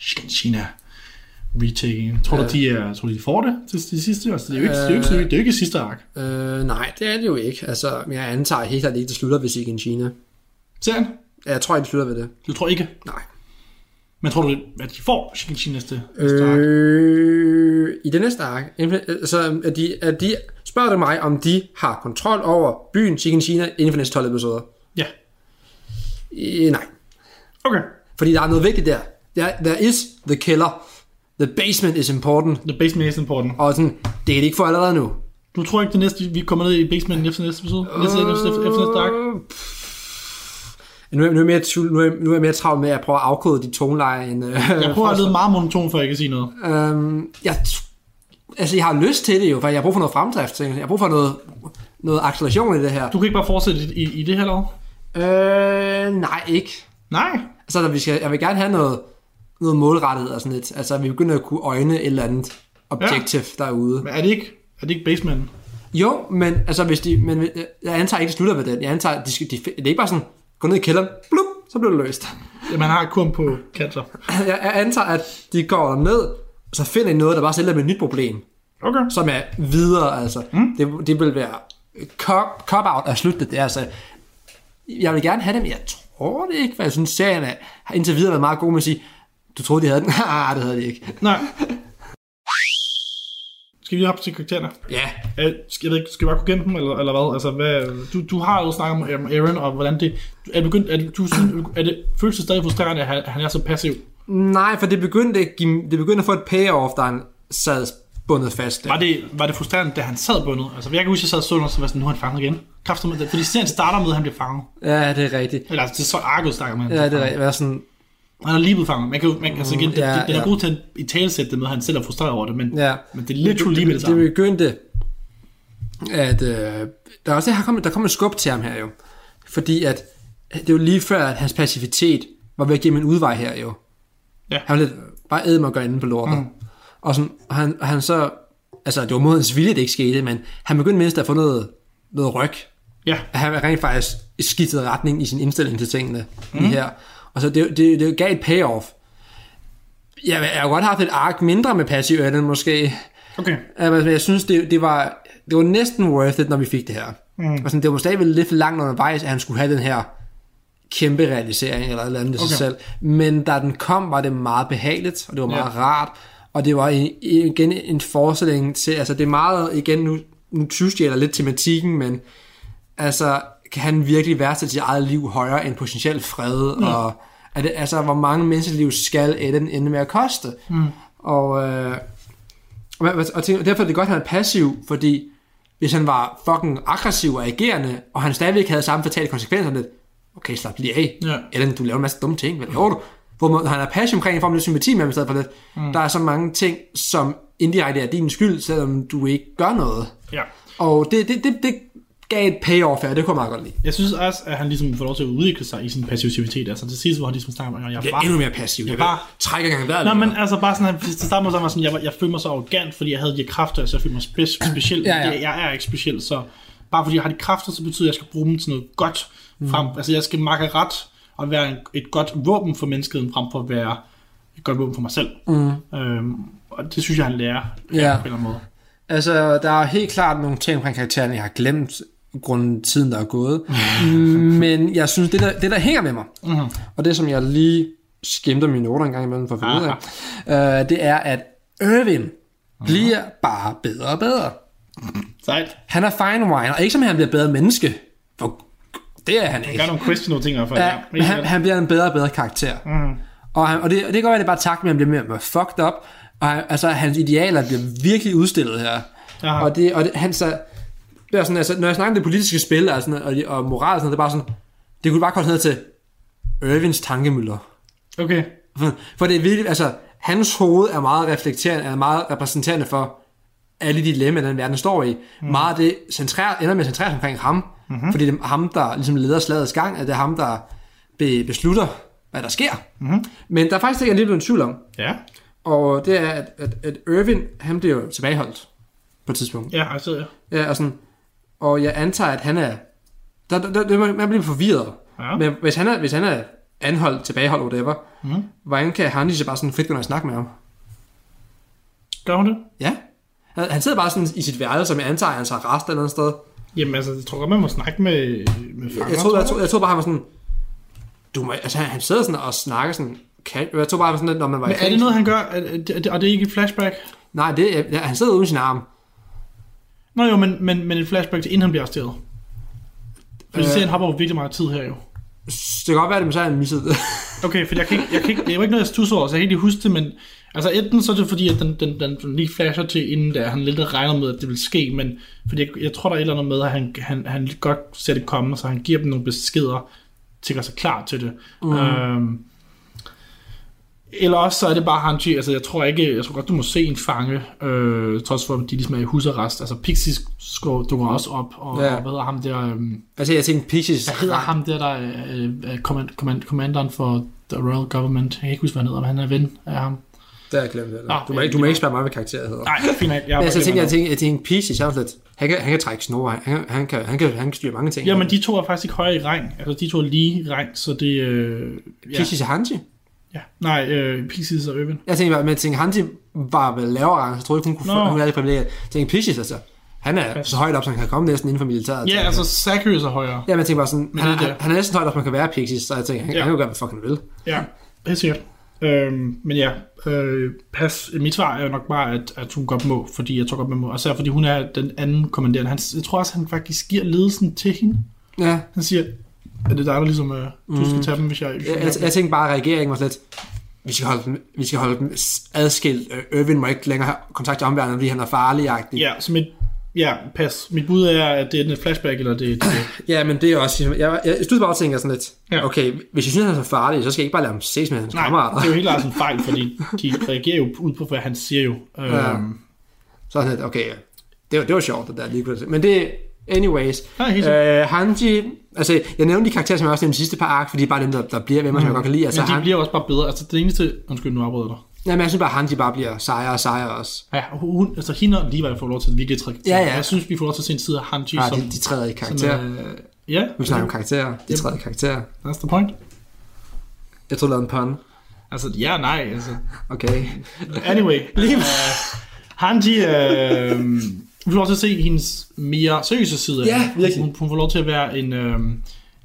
Shinshina retaking. Tror du, de, er, tror du, de får det til det sidste? Altså, det er jo ikke, det er jo ikke, det er jo ikke sidste ark.
Øh, nej, det er det jo ikke. Altså, men jeg antager helt klart ikke, det slutter ved Sikken China.
Serien?
Ja, Jeg tror ikke, det slutter ved det.
Du tror ikke.
Nej.
Men tror du, at de får Shinshina næste, næste ark?
Øh, I det næste ark. Impl- Altså, at øh, de, at de, Spørger du mig, om de har kontrol over byen Chicken China inden for de næste 12 episoder?
Ja.
Øh, nej.
Okay.
Fordi der er noget vigtigt der. There, there is the killer. The basement is important.
The basement is important.
Og sådan, det er det ikke for allerede nu.
Du tror ikke, det næste, vi kommer ned i basementen efter næste episode? Næste, efter, efter næste ark?
Nu er, nu, er jeg mere tvivl, nu, er, nu er jeg mere travlt med at prøve at afkode de toneleje. End, øh,
Jeg prøver at lyde meget monoton, før jeg kan sige noget.
*laughs* Øhm, jeg, tr- altså, jeg har lyst til det jo, for jeg har brug for noget fremdrift. tænker Jeg Jeg har brug for noget, noget acceleration i det her.
Du kan ikke bare fortsætte i, i, i det her lov?
Øh, nej, ikke.
Nej.
Altså, der, vi skal, jeg vil gerne have noget, noget målrettet og sådan lidt. Altså, at vi begynder at kunne øjne et eller andet objektiv ja. derude.
Men er det ikke, er det ikke basementen?
Jo, men altså, hvis de, men, øh, jeg antager ikke, de slutter med den. Jeg antager, de, skal, de, det er ikke bare sådan, gå ned i kælderen, blup, så bliver det løst.
Ja, man har kun på katter.
*clears throat* Jeg, jeg antager, at de går ned, og så finder de noget, der bare sælger med et nyt problem.
Okay.
som er videre, altså. Mm. Det, det vil være cop- cop-out at slutte det. Det er Altså, jeg vil gerne have det, men jeg tror det ikke, for jeg synes, serien er, har indtil videre været meget god med at sige, du troede, de havde den? *laughs* Nej, det havde de ikke.
Nej. Skal vi hoppe til karaktererne?
Ja,
Øh, skal, jeg ved ikke, skal vi bare kunne gemme dem, eller, eller hvad? Altså, hvad du, du har jo snakket om øhm, Aaron, og hvordan det... Er, det begyndt, er, det, du, synes- er det, føles det stadig frustrerende, at han- han er så passiv?
nej, for det begyndte, at give, det begyndte at få et payoff, der han sad bundet fast. Der.
Var det, var det frustrerende, da han sad bundet? Altså, jeg kan huske, at jeg sad og så den, og så var jeg sådan, nu er han fanget igen. Kræfter med det, fordi serien starter med, at han bliver fanget.
Ja, det er rigtigt.
Eller altså, det er så arket, snakker man.
Ja, det er rigtigt. Være sådan,
Han er lige blevet fanget. Man kan, jo- man, altså, igen, det,
ja,
det, den er
ja.
god til at i talesætte det med, at han selv er frustreret over det, men,
Ja.
men det er literally lige med det samme.
Det begyndte, at øh, der, er også, der, kom, der kom en skub til ham her jo. Fordi at, det var lige før, at hans passivitet var ved at give ham en udvej her jo.
Ja.
Han var lidt, bare æde mig og gøre inde på lortet. Mm. Og sådan, og han, og han så, altså det var mod hans vilje, det ikke skete, men han begyndte mindst at få noget, noget ryg.
Ja,
At han rent faktisk skiftede retning i sin indstilling til tingene mm. lige her. Og så det, det, det gav et payoff. Jeg, jeg har godt haft et ark mindre med passiv Allen måske.
okay.
Ja, men jeg synes, det, det, var, det var næsten worth it, når vi fik det her. Mm. Og sådan, det var stadigvæk lidt for langt undervejs, at han skulle have den her kæmpe realisering eller et eller andet okay. sig
Okay.
selv. Men da den kom, var det meget behageligt, og det var meget ja. rart, og det var en, igen en forestilling til, altså det er meget, igen nu, nu tyvstjæler lidt tematikken, men altså, kan han virkelig værdsætte sit eget liv højere end potentiel fred, ja. og er det, altså, hvor mange menneskeliv skal Eden ende med at koste? Mm. Og, øh, og, og, og tænker, derfor er det godt, at han er passiv, fordi hvis han var fucking aggressiv og agerende, og han stadigvæk havde samme fatale konsekvenser, lidt, okay, slap lige af,
Ja.
eller du laver en masse dumme ting, hvad laver du? Hvor man, han er passiv omkring, får man lidt sympati med ham i stedet for lidt. Mm. Der er så mange ting, som indirekte er din skyld, selvom du ikke gør noget.
Ja.
Og det, det, det, det gav et payoff her, det kunne jeg meget godt lide.
Jeg synes også, at han ligesom får lov til at udvikle sig i sin passivitet. Altså til sidst, hvor han ligesom snakker om, at jeg
Jeg
er
er endnu
bare...
mere passiv. Jeg,
bare-
vil trække gang vejret.
Nå,
lidt.
men altså bare sådan, at til starten med, så var jeg sådan, jeg, var- jeg følte mig så arrogant, fordi jeg havde de her kræfter, så jeg følte mig
*clears throat*
spe- speciel.
Ja, ja.
Det- Jeg er ikke speciel, så bare fordi jeg har de kræfter, så betyder det, at jeg skal bruge dem til noget godt.
Mm.
Frem, altså jeg skal makke ret og være en, et godt våben for menneskeheden, frem for at være et godt våben for mig selv. Mm. Øhm, og det synes jeg, han lærer ja,
Ja.
på en eller anden måde.
Altså, der er helt klart nogle ting omkring karakteren, jeg har glemt grunden tiden, der er *laughs* gået. men jeg synes, det der, det der hænger med mig,
Mhm.
mm-hmm. og det som jeg lige skimter mine noter en gang imellem for at finde ud af, øh, det er, at Irvin bliver bare bedre og bedre.
Sejt.
Han er fine wine, og ikke som at han bliver bedre menneske. For det er han ikke.
Jeg gør nogle questionable ting i hvert fald.
Ja, men han, han bliver en bedre og bedre karakter.
Mhm.
Mm. Og, han, og, det, og det kan godt være, det er bare tak med, at han bliver mere og mere fucked up. Og han, altså, hans idealer bliver virkelig udstillet her.
Aha.
Og, det, og det, han så... Det er sådan, altså, når jeg snakker om det politiske spil altså, og, og moral, og sådan, det er bare sådan... Det kunne bare komme ned til Irvins tankemøller.
Okay.
For, for det er virkelig... Altså, hans hoved er meget reflekterende, er meget repræsenterende for alle de dilemmaer, den verden står i. Mm. Meget af det centrerer, ender med at centrere sig omkring ham, mm-hmm. fordi det er ham, der ligesom leder slagets gang, at det er ham, der be, beslutter, hvad der sker. Mm-hmm. Men der er faktisk ikke lige blevet en tvivl om,
Ja.
og det er, at, at, at Irvin, han bliver jo tilbageholdt på et tidspunkt.
Ja, altså, ja.
Ja, og, sådan, og jeg antager, at han er... Der, der, der, man, man bliver forvirret.
Ja.
Men hvis han er, hvis han er anholdt, tilbageholdt, whatever, mm.
Mhm.
hvordan kan han lige så bare sådan frit gå ned og snakke med ham?
Gør hun det?
Ja. Han han sidder bare sådan i sit værelse, som jeg antager, han tager rest eller andet sted.
Jamen altså, jeg tror godt, man må snakke med, med fanger,
Jeg troede, jeg, troede, jeg troede bare, han var sådan... Du må, altså, han han sidder sådan og snakker sådan... Kan, jeg troede bare, han var sådan lidt, når man var i
Men er det
fængsel.
noget, han gør? Er, er, er det, og det er ikke et flashback?
Nej, det, er- ja, han sidder uden sin arm.
Nå jo, men, men, men et flashback til inden han bliver arresteret. Fordi
Øh.
øh. serien hopper jo virkelig meget tid her jo.
Det kan godt være, at det så har jeg misset *laughs* det.
Okay, for jeg kan ikke, jeg kan ikke, det var ikke noget, jeg stussede over, så jeg kan ikke lige huske det, men altså enten så er det fordi, at den, den, den, den lige flasher til inden, da han lidt regner med, at det vil ske, men fordi jeg, jeg tror, der er et eller andet med, at han, han, han godt ser det komme, så han giver dem nogle beskeder, til at gøre sig klar til det. Mm. Øhm, eller også så er det bare Hanji, altså jeg tror ikke, jeg tror godt, du må se en fange, øh, trods for, at de ligesom er i husarrest. Altså Pixie sko- dukker også op, og
Ja.
ja. hvad hedder ham der... øhm,
Altså, jeg tænkte Pixies.
hvad hedder ham der, der er øh, command, command, commanderen for The Royal Government? Jeg kan ikke huske, hvad han hedder, men han er ven af ham.
Der har jeg glemt det.
Nå,
Du må, ikke, du må ikke spørge mig, hvad karakteret hedder.
Nej, fint nok. Jeg,
Men altså, jeg tænkte,
glemmer
jeg tænkte, jeg tænkte Pixies, jeg var sådan lidt, han kan, han kan trække snore, han, han, han, kan, han, kan, han kan styre mange ting.
det. Jamen, de to er faktisk ikke højere i rang. Altså, de to er lige i rang, så det... Øh, ja.
Pixies og Hanji.
Ja. Nej, øh, Pixies og Irvin.
Jeg tænkte bare, men jeg tænkte, Hanji var vel lavere rang, så jeg troede ikke, hun
Nå.
kunne få, hun havde privilegiet. Jeg tænkte, Pixies, altså, han er så højt op, som han kan komme næsten inden for militæret.
Ja,
tænkte
altså,
jeg.
Zacharias er højere.
Ja, men jeg tænkte bare sådan,
Men
han,
det er
han,
det.
han, er næsten så højt op, som man kan være Pixies, så jeg tænkte, han,
Ja.
han kan jo gøre, hvad fucking han vil.
Ja, helt sikkert. Øhm, men ja, øh, pas. Mit svar er jo nok bare, at, at hun godt må, fordi jeg tror godt, man må. Og så fordi hun er den anden kommanderende. Han, jeg tror også, han faktisk giver ledelsen til hende.
Ja,
Han siger, er det dig, der ligesom, øh, du
Mm.
skal tage dem, hvis jeg... Hvis
jeg, jeg, jeg tænkte bare, at regeringen var sådan lidt, vi skal holde dem, vi skal holde dem adskilt. Øh, Irvin må ikke længere have kontakt til omverdenen, fordi han er farlig
Ja, så mit, ja, pas. Mit bud er, at det er et flashback, eller det, det, *coughs* det.
Ja, men det er også... Jeg, jeg, jeg synes bare, at tænker sådan lidt, ja.
Ja.
okay, hvis jeg synes, han er så farlig, så skal jeg ikke bare lade ham ses med hans
Nej,
kammerater.
det er jo helt klart en fejl, fordi de reagerer jo ud på, hvad han siger jo. Øhm,
Ja.
ja.
Så er han lidt, okay, ja. det var, det var sjovt, det der lige kunne se. Men det anyways.
Nej, helt sikkert.
Øh, Hanji, altså, jeg nævnte de karakterer, som jeg også nævnte i sidste par ark, fordi det er bare dem, der, der bliver ved mig, som jeg godt kan lide. Altså,
Mm. Men de
han,
bliver også bare bedre. Altså, det eneste... Undskyld, nu afbryder jeg dig.
jamen, jeg synes bare, Hanji bare bliver sejere og sejere også.
Ja, hun, altså hende og Levi får lov til at virkelig trække til.
Ja, ja.
Jeg synes, vi får lov til at se en side af Hanji,
Ja,
som...
Ah, de, de træder i
Ligesom- som øh,
karakter.
er, ja,
Vi snakker om karakterer. De træder i karakter.
that's the point.
Jeg tror, du lavede en pun.
Altså, ja nej, altså. *laughs*
Okay. *laughs*
Anyway. Lige... Uh, Hanji... Uh, vi får lov til at se hendes mere seriøse side. af
Ja,
hende.
virkelig.
Hun, hun får lov til at være en... Uh,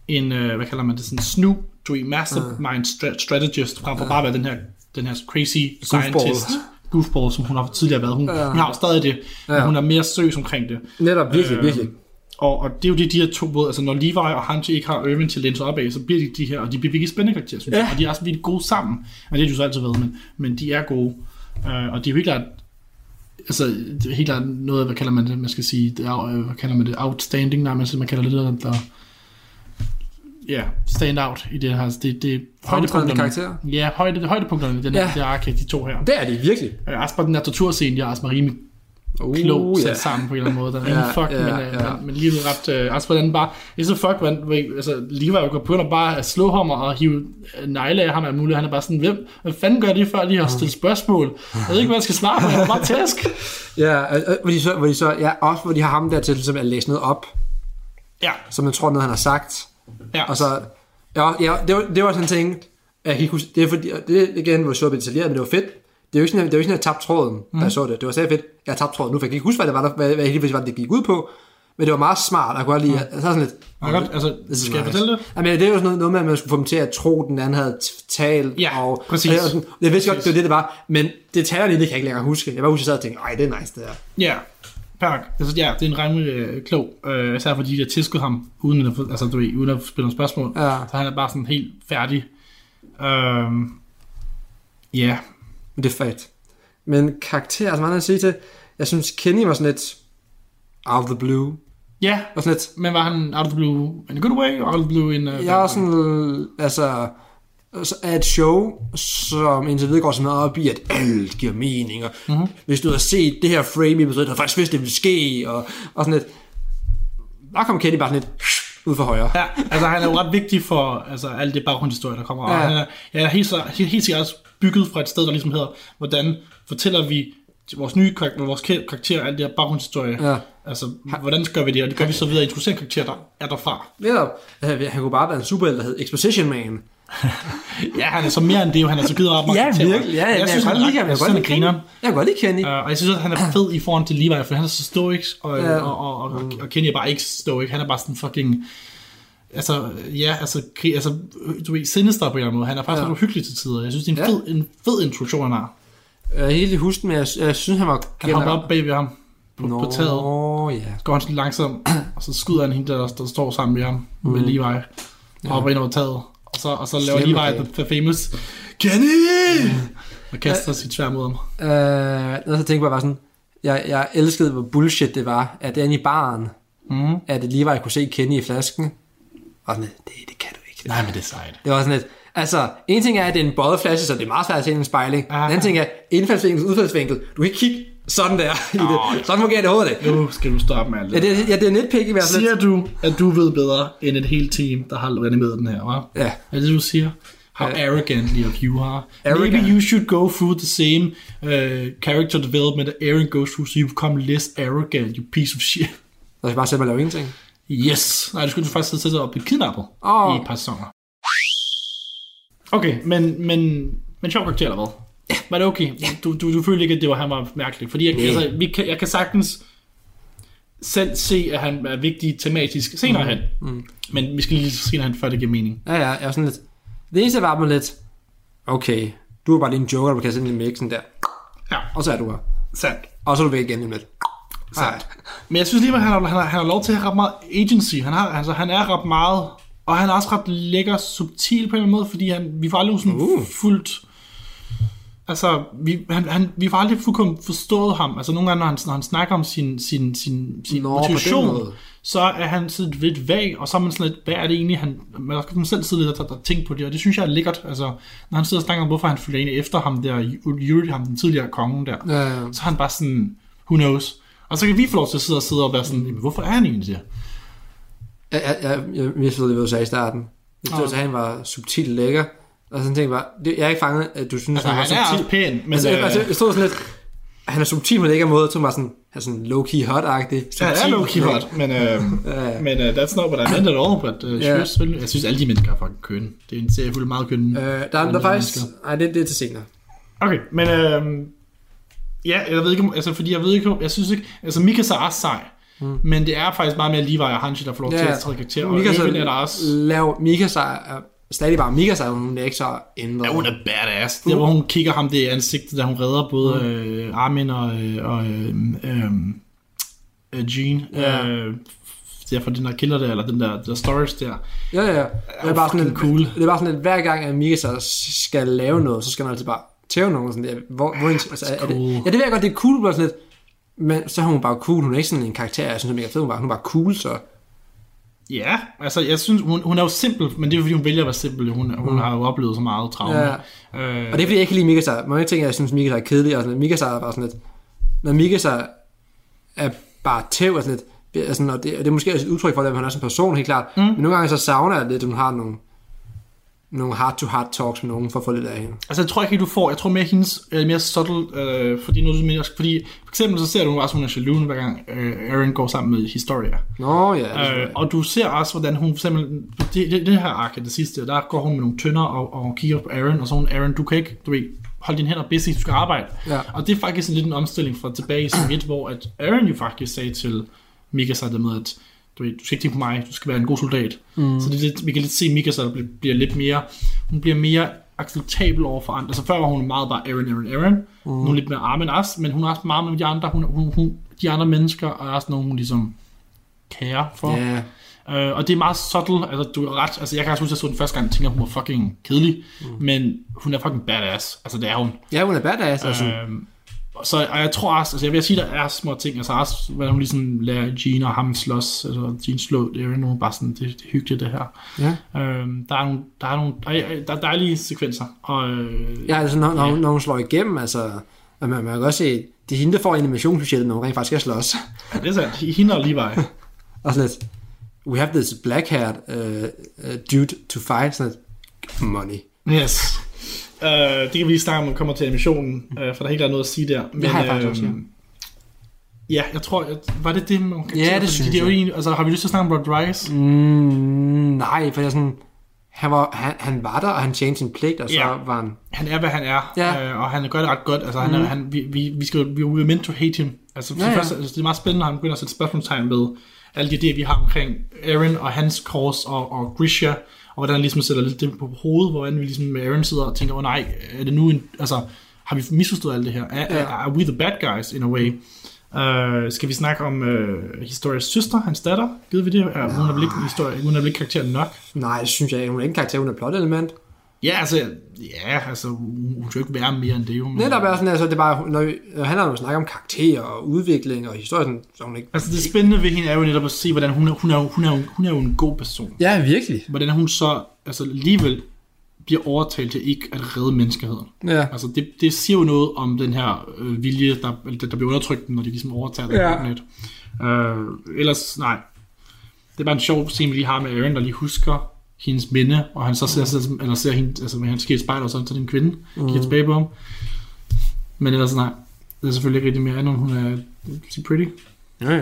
en uh, hvad kalder man det? Sådan en snoop, du er
Ah.
mastermind stra- strategist, frem for bare at være den her, den her crazy
Goofball. Ah.
scientist goofball, som hun har tidligere været. Hun, hun har jo stadig det, men hun er mere søs omkring det.
Netop, virkelig,
Øh.
virkelig.
Øhm, Og, og det er jo det, de her to både, altså når Levi og Hanji ikke har Irvin til at læne sig op af, så bliver de de her, og de bliver virkelig spændende karakterer, synes jeg. Og de er også virkelig gode sammen, og det har de jo så altid været, men, men de er gode. Uh, og det er jo helt klart, altså det er helt klart noget, hvad kalder man det, man skal sige, det er, øh, hvad kalder man det, outstanding, nej, man, man kalder det der, der ja, stand out i det her, altså, det, det er højdepunkterne.
karakterer.
Ja, højde, højdepunkterne i den her,
Ja.
ja. det ark, de to her.
Det er de, virkelig.
Øh, også bare den der torturscene, de er også rimelig
Uh,
klog uh,
ja.
sat sammen på en eller anden
*laughs*
måde. Den er
Ja,
rimelig fuck,
ja,
men, øh,
ja.
men, men lige ret... Øh, altså, hvordan bare... Det er så fuck, man, hvor- altså, lige var jeg gået på, og bare at slå ham og hive øh, negle af ham er muligt. Han er bare sådan, hvem hvad fanden gør det, før lige har stillet spørgsmål? Jeg ved ikke, hvad jeg skal snakke med, han er bare
*laughs*
tæsk.
Ja, øh, øh, hvor de så, hvor de så, ja, også hvor de har ham der til ligesom at læse noget op,
Ja,
som man tror noget, han har sagt.
ja.
Og så, ja, ja det, var, det var sådan en ting, jeg kan ikke huske, det er fordi, og det er igen, hvor så detaljeret, men det var fedt. Det er jo ikke sådan, at- det er jo ikke sådan, at jeg tabte tråden, mm. da jeg så det. Det var så fedt, jeg tabte tråden nu, for jeg kan ikke huske, hvad det var, der, hvad, hvad, hvad, hvad det gik ud på. Men det var meget smart, og jeg kunne godt lide, at- så sådan lidt,
Jeg kan godt- altså,
this is
skal jeg
nice.
fortælle det?
Jamen, det er jo sådan noget, noget med, at man skulle få dem til at tro, den anden havde t- talt.
Ja,
og,
præcis.
Og jeg, var sådan, jeg vidste godt, det
Præcis.
var det, det var, men detaljerne i det kan jeg ikke længere huske. Jeg bare husker, at jeg sad og tænkte, ej, det er nice, det der.
Ja, Perk. Altså, ja, det er en rimelig øh, klog, øh, især fordi de har tisket ham, uden at, altså, du ved, uden at spille nogle spørgsmål.
Ja.
Så han er bare sådan helt færdig. Øhm, ja,
Men det er fedt. Men karakter, altså man at sige til, jeg synes, Kenny var sådan lidt out of the blue.
ja,
Og sådan lidt,
Men var han out of the blue in a good way, og out of the blue in a
Jeg er
bad way?
sådan, altså, altså, er et show, som indtil videre går så meget op i, at alt giver mening, og
Mhm.
mm-hmm. hvis du havde set det her frame i episode, havde du faktisk vidst, det ville ske, og, og sådan lidt. Der kom Kenny bare sådan lidt ud for højre.
Ja, altså han er jo ret vigtig for altså, alle det baggrundshistorie, der kommer. Ja.
Ja.
Og han er, jeg er helt, så- helt, helt sikkert også bygget fra et sted, der ligesom hedder, hvordan fortæller vi til vores nye karakter, vores kæ- karakter alt det her baggrundshistorie.
Ja.
Altså, hvordan gør vi det? Og det gør vi så ved at introducere en karakter, der er derfra.
Netop, altså, han kunne bare være en superheld, der hed Exposition Man.
Ja, han er så mere end det, jo. han er så gider ret meget karakter.
men
jeg synes,
kan
han
godt lide
er ret-
ham,
jeg synes, han er
Kenny.
grineren.
Jeg kan godt lide Kenny.
Uh, og jeg synes, at han er fed i forhold til Levi, for han er så stoic, og,
Ja.
ja. og, og, og, og, og Kenny er bare ikke stoic. Han er bare sådan fucking... Altså, ja, altså, kri- altså du ved, sinister på en eller anden måde. Han er faktisk
Ja.
ja. uhyggelig til tider. Jeg synes, det er en,
Ja.
fed, en fed introduktion, han har.
Jeg er helt i husten, men jeg, jeg synes, han var...
Han hopper op bag ved ham. på, på taget.
Nå, ja.
går han sådan langsomt, og så skyder han hende, der, der står sammen med ham, mm. med Levi, og hopper ind over taget. Og så, og så laver
Slemme
Levi
dag.
the, the famous, Kenny! Og kaster sit svær mod ham.
Øh, og så tænkte jeg bare sådan, jeg, jeg elskede, hvor bullshit det var, at den i baren,
Mm.
at det lige var, jeg kunne se Kenny i flasken. Og sådan, lidt, det, det kan du ikke.
Nej, men det er sejt.
Det var sådan lidt, altså, en ting er, at det er en bøjet flaske, så det er meget svært at se en spejling. En
Ah.
anden ting er, indfaldsvinkel, udfaldsvinkel, du kan ikke kigge sådan der i det. Sådan fungerer det overhovedet ikke.
Nu skal du stoppe med alt
Ja,
det.
det, ja, det er nitpick i hvert fald.
Siger du, at du ved bedre end et helt team, der har animeret den her, hva'?
Ja.
Er det det, du siger? How arrogantly of you are.
Arrogant.
Maybe you should go through the same uh, character development that Aaron goes through, so you become less arrogant, you piece of shit.
Så skal jeg bare selv at lave ingenting.
Yes. Nej, du skulle faktisk sidde og blive kidnappet
Åh.
oh. i et par sæsoner. Okay, men, men, men sjov karakter eller hvad? Ja. Var det okay? Ja. Du, du, du følte ikke, at det var, han var mærkelig? Fordi jeg,
Nej.
altså, vi kan, jeg kan sagtens selv se, at han er vigtig tematisk senere hen. Mm. Men vi skal lige se senere hen, før det giver mening.
Ja, ja, jeg var sådan lidt... Det eneste, jeg var mig lidt... Okay, du er bare lige en joker, du kan sætte ind i mixen der.
Ja,
Og så er du her.
sandt.
Og så er du væk igen om lidt.
Sandt. Men jeg synes lige, at han har, han, har, han har lov til at have ret meget agency. Han, har, altså, han er ret meget, og han er også ret lækker subtil på en eller anden måde, fordi han, vi får aldrig sådan uh. fuldt... Altså, vi, han, han, vi får aldrig fuldkommen forstået ham. Altså, nogle gange, når han, når han snakker om sin, sin, sin, sin
Nå,
Nå,
på den
motivation,
måde.
så er han sådan lidt vag, og så er man sådan lidt, hvad er det egentlig, han... Man skal selv sidde lidt og, og tænke på det, og det synes jeg er lækkert. Altså, når han sidder og snakker om, hvorfor han følger egentlig efter ham der, Yuri, ham den tidligere konge der.
Ja, ja.
Så er han bare sådan, who knows. Og så kan vi få lov til at sidde og, sidde og være sådan, "Jamen, hvorfor er han egentlig der? Altså,
Jeg, jeg, jeg, jeg mistede det, hvad du sagde i starten. Jeg synes,
Ah.
at han var subtil lækker. Og sådan tænkte jeg bare, det, jeg er ikke fanget, at du synes,
Altså,
han var
han er
subtil.
også pæn, men...
Men, altså,
øh,
øh... altså, jeg stod sådan lidt, han er subtil, men ikke er måde, jeg tog mig sådan, han er sådan low-key hot-agtig.
altså, Ja, han er
Subtil.
low-key hot, men, øh, men øh, that's not what I meant at all, but øh,
Ja.
yeah. selvfølgelig, jeg synes, alle de mennesker er fucking kønne. Det er en serie fuld af meget kønne.
Øh, der er, der er faktisk... Nej, det, det er til senere.
Okay, men øh, ja, jeg ved ikke, om- altså, fordi jeg ved ikke, om- jeg synes ikke, altså Mikasa er også sej, mm. men det er faktisk meget mere Levi og Hanji, der får lov til at træde karakter, og
Mikasa-
Irvin er der også...
Lav, Mika sig er stadig bare Mika sig, hun er ikke så ændret.
Ja, hun er badass. Der, hvor hun kigger ham det i ansigtet, da hun redder både øh, Armin og, øh, og øh, øh, øh, Jean.
Ja.
Ja. Øh, derfor den der killer der, eller den der, der storage der.
Ja, ja. Det er bare sådan lidt,
fucking cool.
Det er bare sådan lidt, hver gang, at Mika så skal lave noget, så skal man altid bare tæve nogen sådan der. Hvor, hvor, altså, er, er det,
cool.
ja, det ved jeg godt, det er cool, bare sådan lidt. Men så er hun bare cool. Hun er ikke sådan en karakter, jeg synes, hun er mega fed. Hun var, hun var cool, så.
Ja, altså jeg synes, hun, hun er jo simpel, men det er fordi, hun vælger at være simpel. Hun, hun har jo oplevet så meget traume.
Ja.
Mm. Ja. Øh,
Og det er fordi, jeg ikke kan lide Mika så. Mange ting, jeg synes, Mika så er kedelig. Og sådan lidt. Mika så er bare sådan lidt. Når Mika så er bare tæv og sådan lidt. det er sådan, og, det, og det er måske også et udtryk for, at han er som person, helt klart. Mm. Men nogle gange så savner jeg lidt, at hun har nogle, nogle heart-to-heart talks med nogen, for at få lidt af hende.
Altså, jeg tror ikke, helt, du får. Jeg tror mere hendes øh, mere subtle, øh, fordi noget mere, fordi for eksempel så ser du også, hun er jaloux, hver gang øh, Aaron går sammen med Historia.
Nå ja. det er sådan-
Øh, og du ser også, hvordan hun for eksempel, det, det, det her ark, det sidste, der går hun med nogle tønder og, og kigger på Aaron, og så er hun, Aaron, du kan ikke, du ved, holde dine hænder busy, du skal arbejde.
Ja.
Og det er faktisk en lidt en omstilling fra tilbage i *clears throat* Sovjet, hvor at Aaron jo faktisk sagde til Mikasa det med, at du, ved, du skal ikke tænke på mig, du skal være en god soldat. Mm. Så det, er lidt, vi kan lidt se, at Mikasa bliver, bliver lidt mere, hun bliver mere acceptabel over for andre. Altså før var hun meget bare Aaron, Aaron, Aaron. Mm. Nu er hun lidt mere Armin også, men hun er også meget med de andre, hun, hun, hun, de andre mennesker, og er også nogen, hun ligesom kære for.
Ja.
Øh, og det er meget subtle, altså du er ret, altså jeg kan også huske, at jeg så den første gang, og tænker, at hun var fucking kedelig, mm. men hun er fucking badass, altså det er hun.
Ja, hun er badass. Altså. Øh,
Øhm, og så og jeg tror også, altså jeg vil sige, der er små ting, altså også, hvordan hun ligesom lærer Jean og ham slås, altså Jean slå, det er jo nogen bare sådan, det, det er hyggeligt det her.
ja.
Øhm, der er nogle, der er nogle, der er, der er dejlige sekvenser, og øh,
ja, altså når, når, hun, når hun slår igennem, altså, og man, man kan godt se, det er hende, der får animationsbudgettet, når hun rent faktisk skal slås. *laughs*
det er sandt, hende og Levi.
Og sådan lidt, we have this black-haired uh, uh, dude to fight, sådan lidt, money.
Yes. Uh, det kan vi lige snakke om, når vi kommer til animationen, uh, for der er helt klart noget at sige der. Men,
har jeg faktisk
øhm,
også, ja.
Ja, jeg tror, at, var det det, man kan
Ja, det
Fordi
synes
er jo
jeg.
egentlig- altså, har vi lyst til at snakke om Rodriguez? Mm.
Mm, nej, for jeg er sådan, han var, han, han var der, og han tjente sin pligt, og så
Ja.
var han...
Han er, hvad han er,
Ja. Mhm.
øh, og han gør det ret godt. Altså, han er, han, vi, vi, vi skal, jo- we were meant to hate him. Altså, for
Ja,
ja,
ja.
ja. Først, altså, det er meget spændende, at han begynder at sætte spørgsmålstegn ved alle de idéer, vi har omkring Aaron og hans kors og, og Grisha, og hvordan han ligesom sætter lidt det på hovedet, hvordan vi ligesom med Aaron sidder og tænker, åh oh, nej, er det nu en, altså, har vi misforstået alt det her? Er, ja. er, er we the bad guys in a way? Øh, skal vi snakke om øh, historiens søster, hans datter? Gider vi det? Øh, hun er vel ikke historie, hun er vel ikke karakteren nok?
Nej, det synes jeg ikke. Hun er ikke en karakter, hun er et plotelement.
Ja, altså, ja, altså, hun hun skal jo ikke være mere end det. Hun,
Netop er sådan, altså, det er bare, når, vi, når det handler om at snakke om karakterer og udvikling og historie, sådan, så er hun ikke...
Altså, det spændende ved hende er jo netop at se, hvordan hun er, hun er, jo- hun er, jo- hun er jo en god person.
Ja, virkelig.
Hvordan hun så altså, alligevel bliver overtalt til ikke at redde menneskeheden.
Ja.
Altså, det, det siger jo noget om den her øh, vilje, der, eller der, der bliver undertrykt, når de ligesom overtager det
Ja.
ja. net. Øh, ellers, nej. Det er bare en sjov scene, vi lige har med Aaron, der lige husker hendes minde, og han så
Mm.
ser, ser, eller ser hende, altså, han sker i et spejl, og sådan, så er det en kvinde, mm. kigger tilbage på ham. Men ellers, nej. Det er selvfølgelig ikke rigtig mere andet, end hun er så pretty.
Ja, ja.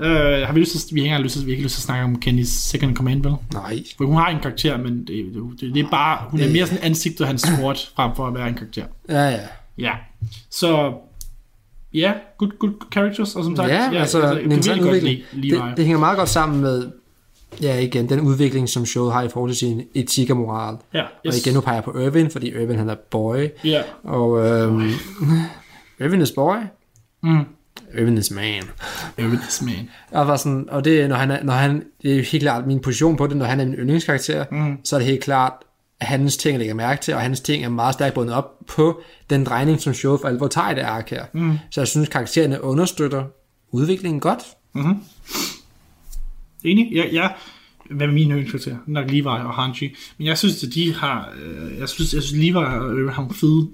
Øh, har vi lyst til, vi har ikke lyst til, vi har ikke lyst til at snakke om Kennys second command, vel?
Nej.
For hun har en karakter, men det, det, det er bare, hun er mere sådan ansigtet af hans sort, frem for at være en karakter.
Ja, ja.
Ja, så ja, good, good characters, og som sagt,
ja, altså,
jeg kan virkelig godt lide Levi.
det, det hænger meget godt sammen med, ja igen, den udvikling, som showet har i forhold til sin etik og moral.
ja,
Yes. Og igen, nu peger jeg på Irvin, fordi Irvin han er boy.
Ja,
Og øhm, *laughs* Irvin is boy.
Mm.
Irvin is man.
Every this man.
Og, var sådan, og det, er, når han er, når han, det er jo helt klart min position på det, når han er min yndlingskarakter, mm. så er det helt klart, at hans ting jeg lægger mærke til, og hans ting er meget stærkt bundet op på den drejning, som showet for alvor tager i det ark her. Mm. Så jeg synes, karaktererne understøtter udviklingen godt.
Enig? Ja, ja. Hvad er min yndlingskarakter? Nok Levi og Hanji. Men jeg synes, at de har, øh, jeg synes, jeg synes Levi og Irvin har nogle fede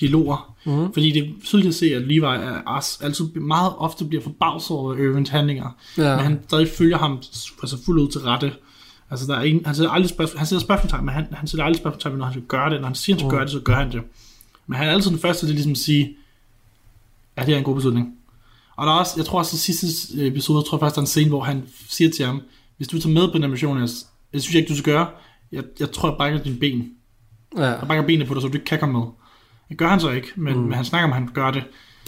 dialoger. Mm. Fordi det er tydeligt at se, at Levi er, også, altid meget ofte bliver forbavset over Irvins handlinger.
Ja.
Ja. Men han stadig følger ham altså fuldt ud til rette. Altså, der er ingen, han sætter aldrig spørgsmål, han sætter spørgsmålstegn, men han, han sætter aldrig spørgsmålstegn, ved, når han skal gøre det. Når han siger, han skal gøre det, så gør han det. Men han er altid den første til ligesom at sige, ja, det er en god beslutning. Og der er også, jeg tror også, i sidste øh, episode, jeg tror faktisk, der er en scene, hvor han siger til ham, hvis du tager med på den her mission, jeg, jeg synes jeg ikke, du skal gøre, jeg, jeg tror, jeg brækker dine ben.
Ja.
Jeg brækker benene på dig, så du ikke kan komme med. Det gør han så ikke, men, mm. men han snakker om, at han gør det.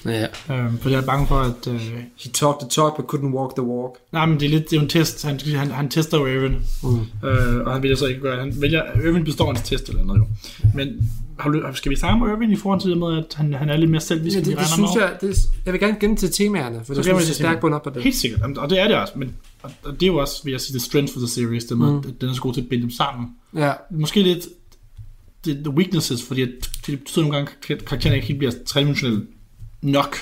ja.
Øh, fordi jeg er bange for, at... Øh,
He talked the talk, but couldn't walk the walk.
nej, men det er lidt det er jo en test. Han, han, han tester jo Irvin. Mm. Øh, og han vælger så ikke at gøre det. Han vælger, Irvin består hans test eller noget jo. Men har du- skal vi snakke om Irvin i forhold til det med, at han, han er lidt mere selvisk,
Ja,
end vi
det, det
regner
synes
med?
jeg, det, jeg vil gerne gemme til temaerne, for
bliver
det synes
man
jeg
til
er stærkt
temaerne.
bundet op på det.
Helt sikkert, Jamen, og det er det også, men og og det er jo også, vil jeg sige, the strength for the series, det med, mm. at den er så god til at binde dem sammen.
Ja,
Måske lidt the, the weaknesses, fordi at det betyder nogle gange, at karaktererne ikke helt bliver tredimensionelle nok,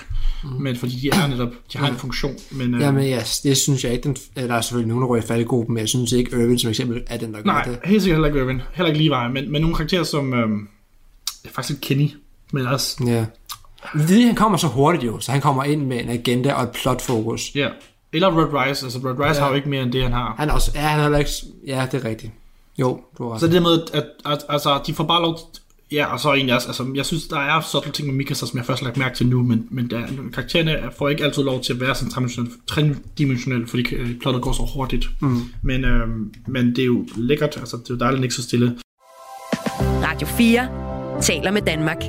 mm. men fordi de er netop, de har en funktion, men øh,
Jamen, ja, det synes jeg ikke. Den, ja, der er selvfølgelig nogen, der rører i faldgruppen, men jeg synes ikke, Irvin som eksempel er den, der gør
nej,
det.
helt sikkert heller ikke Irvin, heller ikke Levi, men, men nogle karakterer som, øh, ja, faktisk ikke Kenny, men også,
Ja. Fordi han kommer så hurtigt jo, så han kommer ind med en agenda og et plotfokus.
ja, eller Rod Rice, altså Rod Rice ja. har jo ikke mere end det, han har.
Han er også, ja, han er heller ikke, ja, det er rigtigt. Jo, du har ret.
Så det der med, at, at, altså, de får bare lov til- Ja, og så egentlig også, altså, jeg synes, der er sådan ting med Mikasa, som jeg først har lagt mærke til nu, men, men der, karaktererne får ikke altid lov til at være sådan tredimensionelle, tredimensionelle fordi øh, plottet går så hurtigt. Mm. Men, øh, men det er jo lækkert, altså, det er jo dejligt, at den ikke er så stille.
Radio 4 taler med Danmark.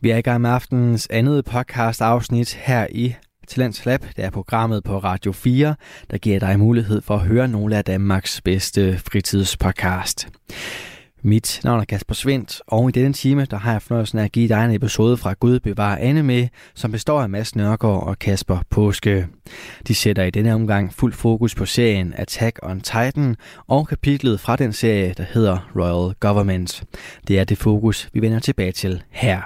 Vi er i gang med aftenens andet podcast afsnit her i Talents Lab. Det er programmet på Radio 4, der giver dig mulighed for at høre nogle af Danmarks bedste fritidspodcast. Mit navn er Kasper Svendt, og i denne time der har jeg fornøjelsen af at give dig en episode fra Gud bevare anime, som består af Mads Nørgaard og Kasper Påske. De sætter i denne omgang fuld fokus på serien Attack on Titan og kapitlet fra den serie, der hedder Royal Government. Det er det fokus, vi vender tilbage til her.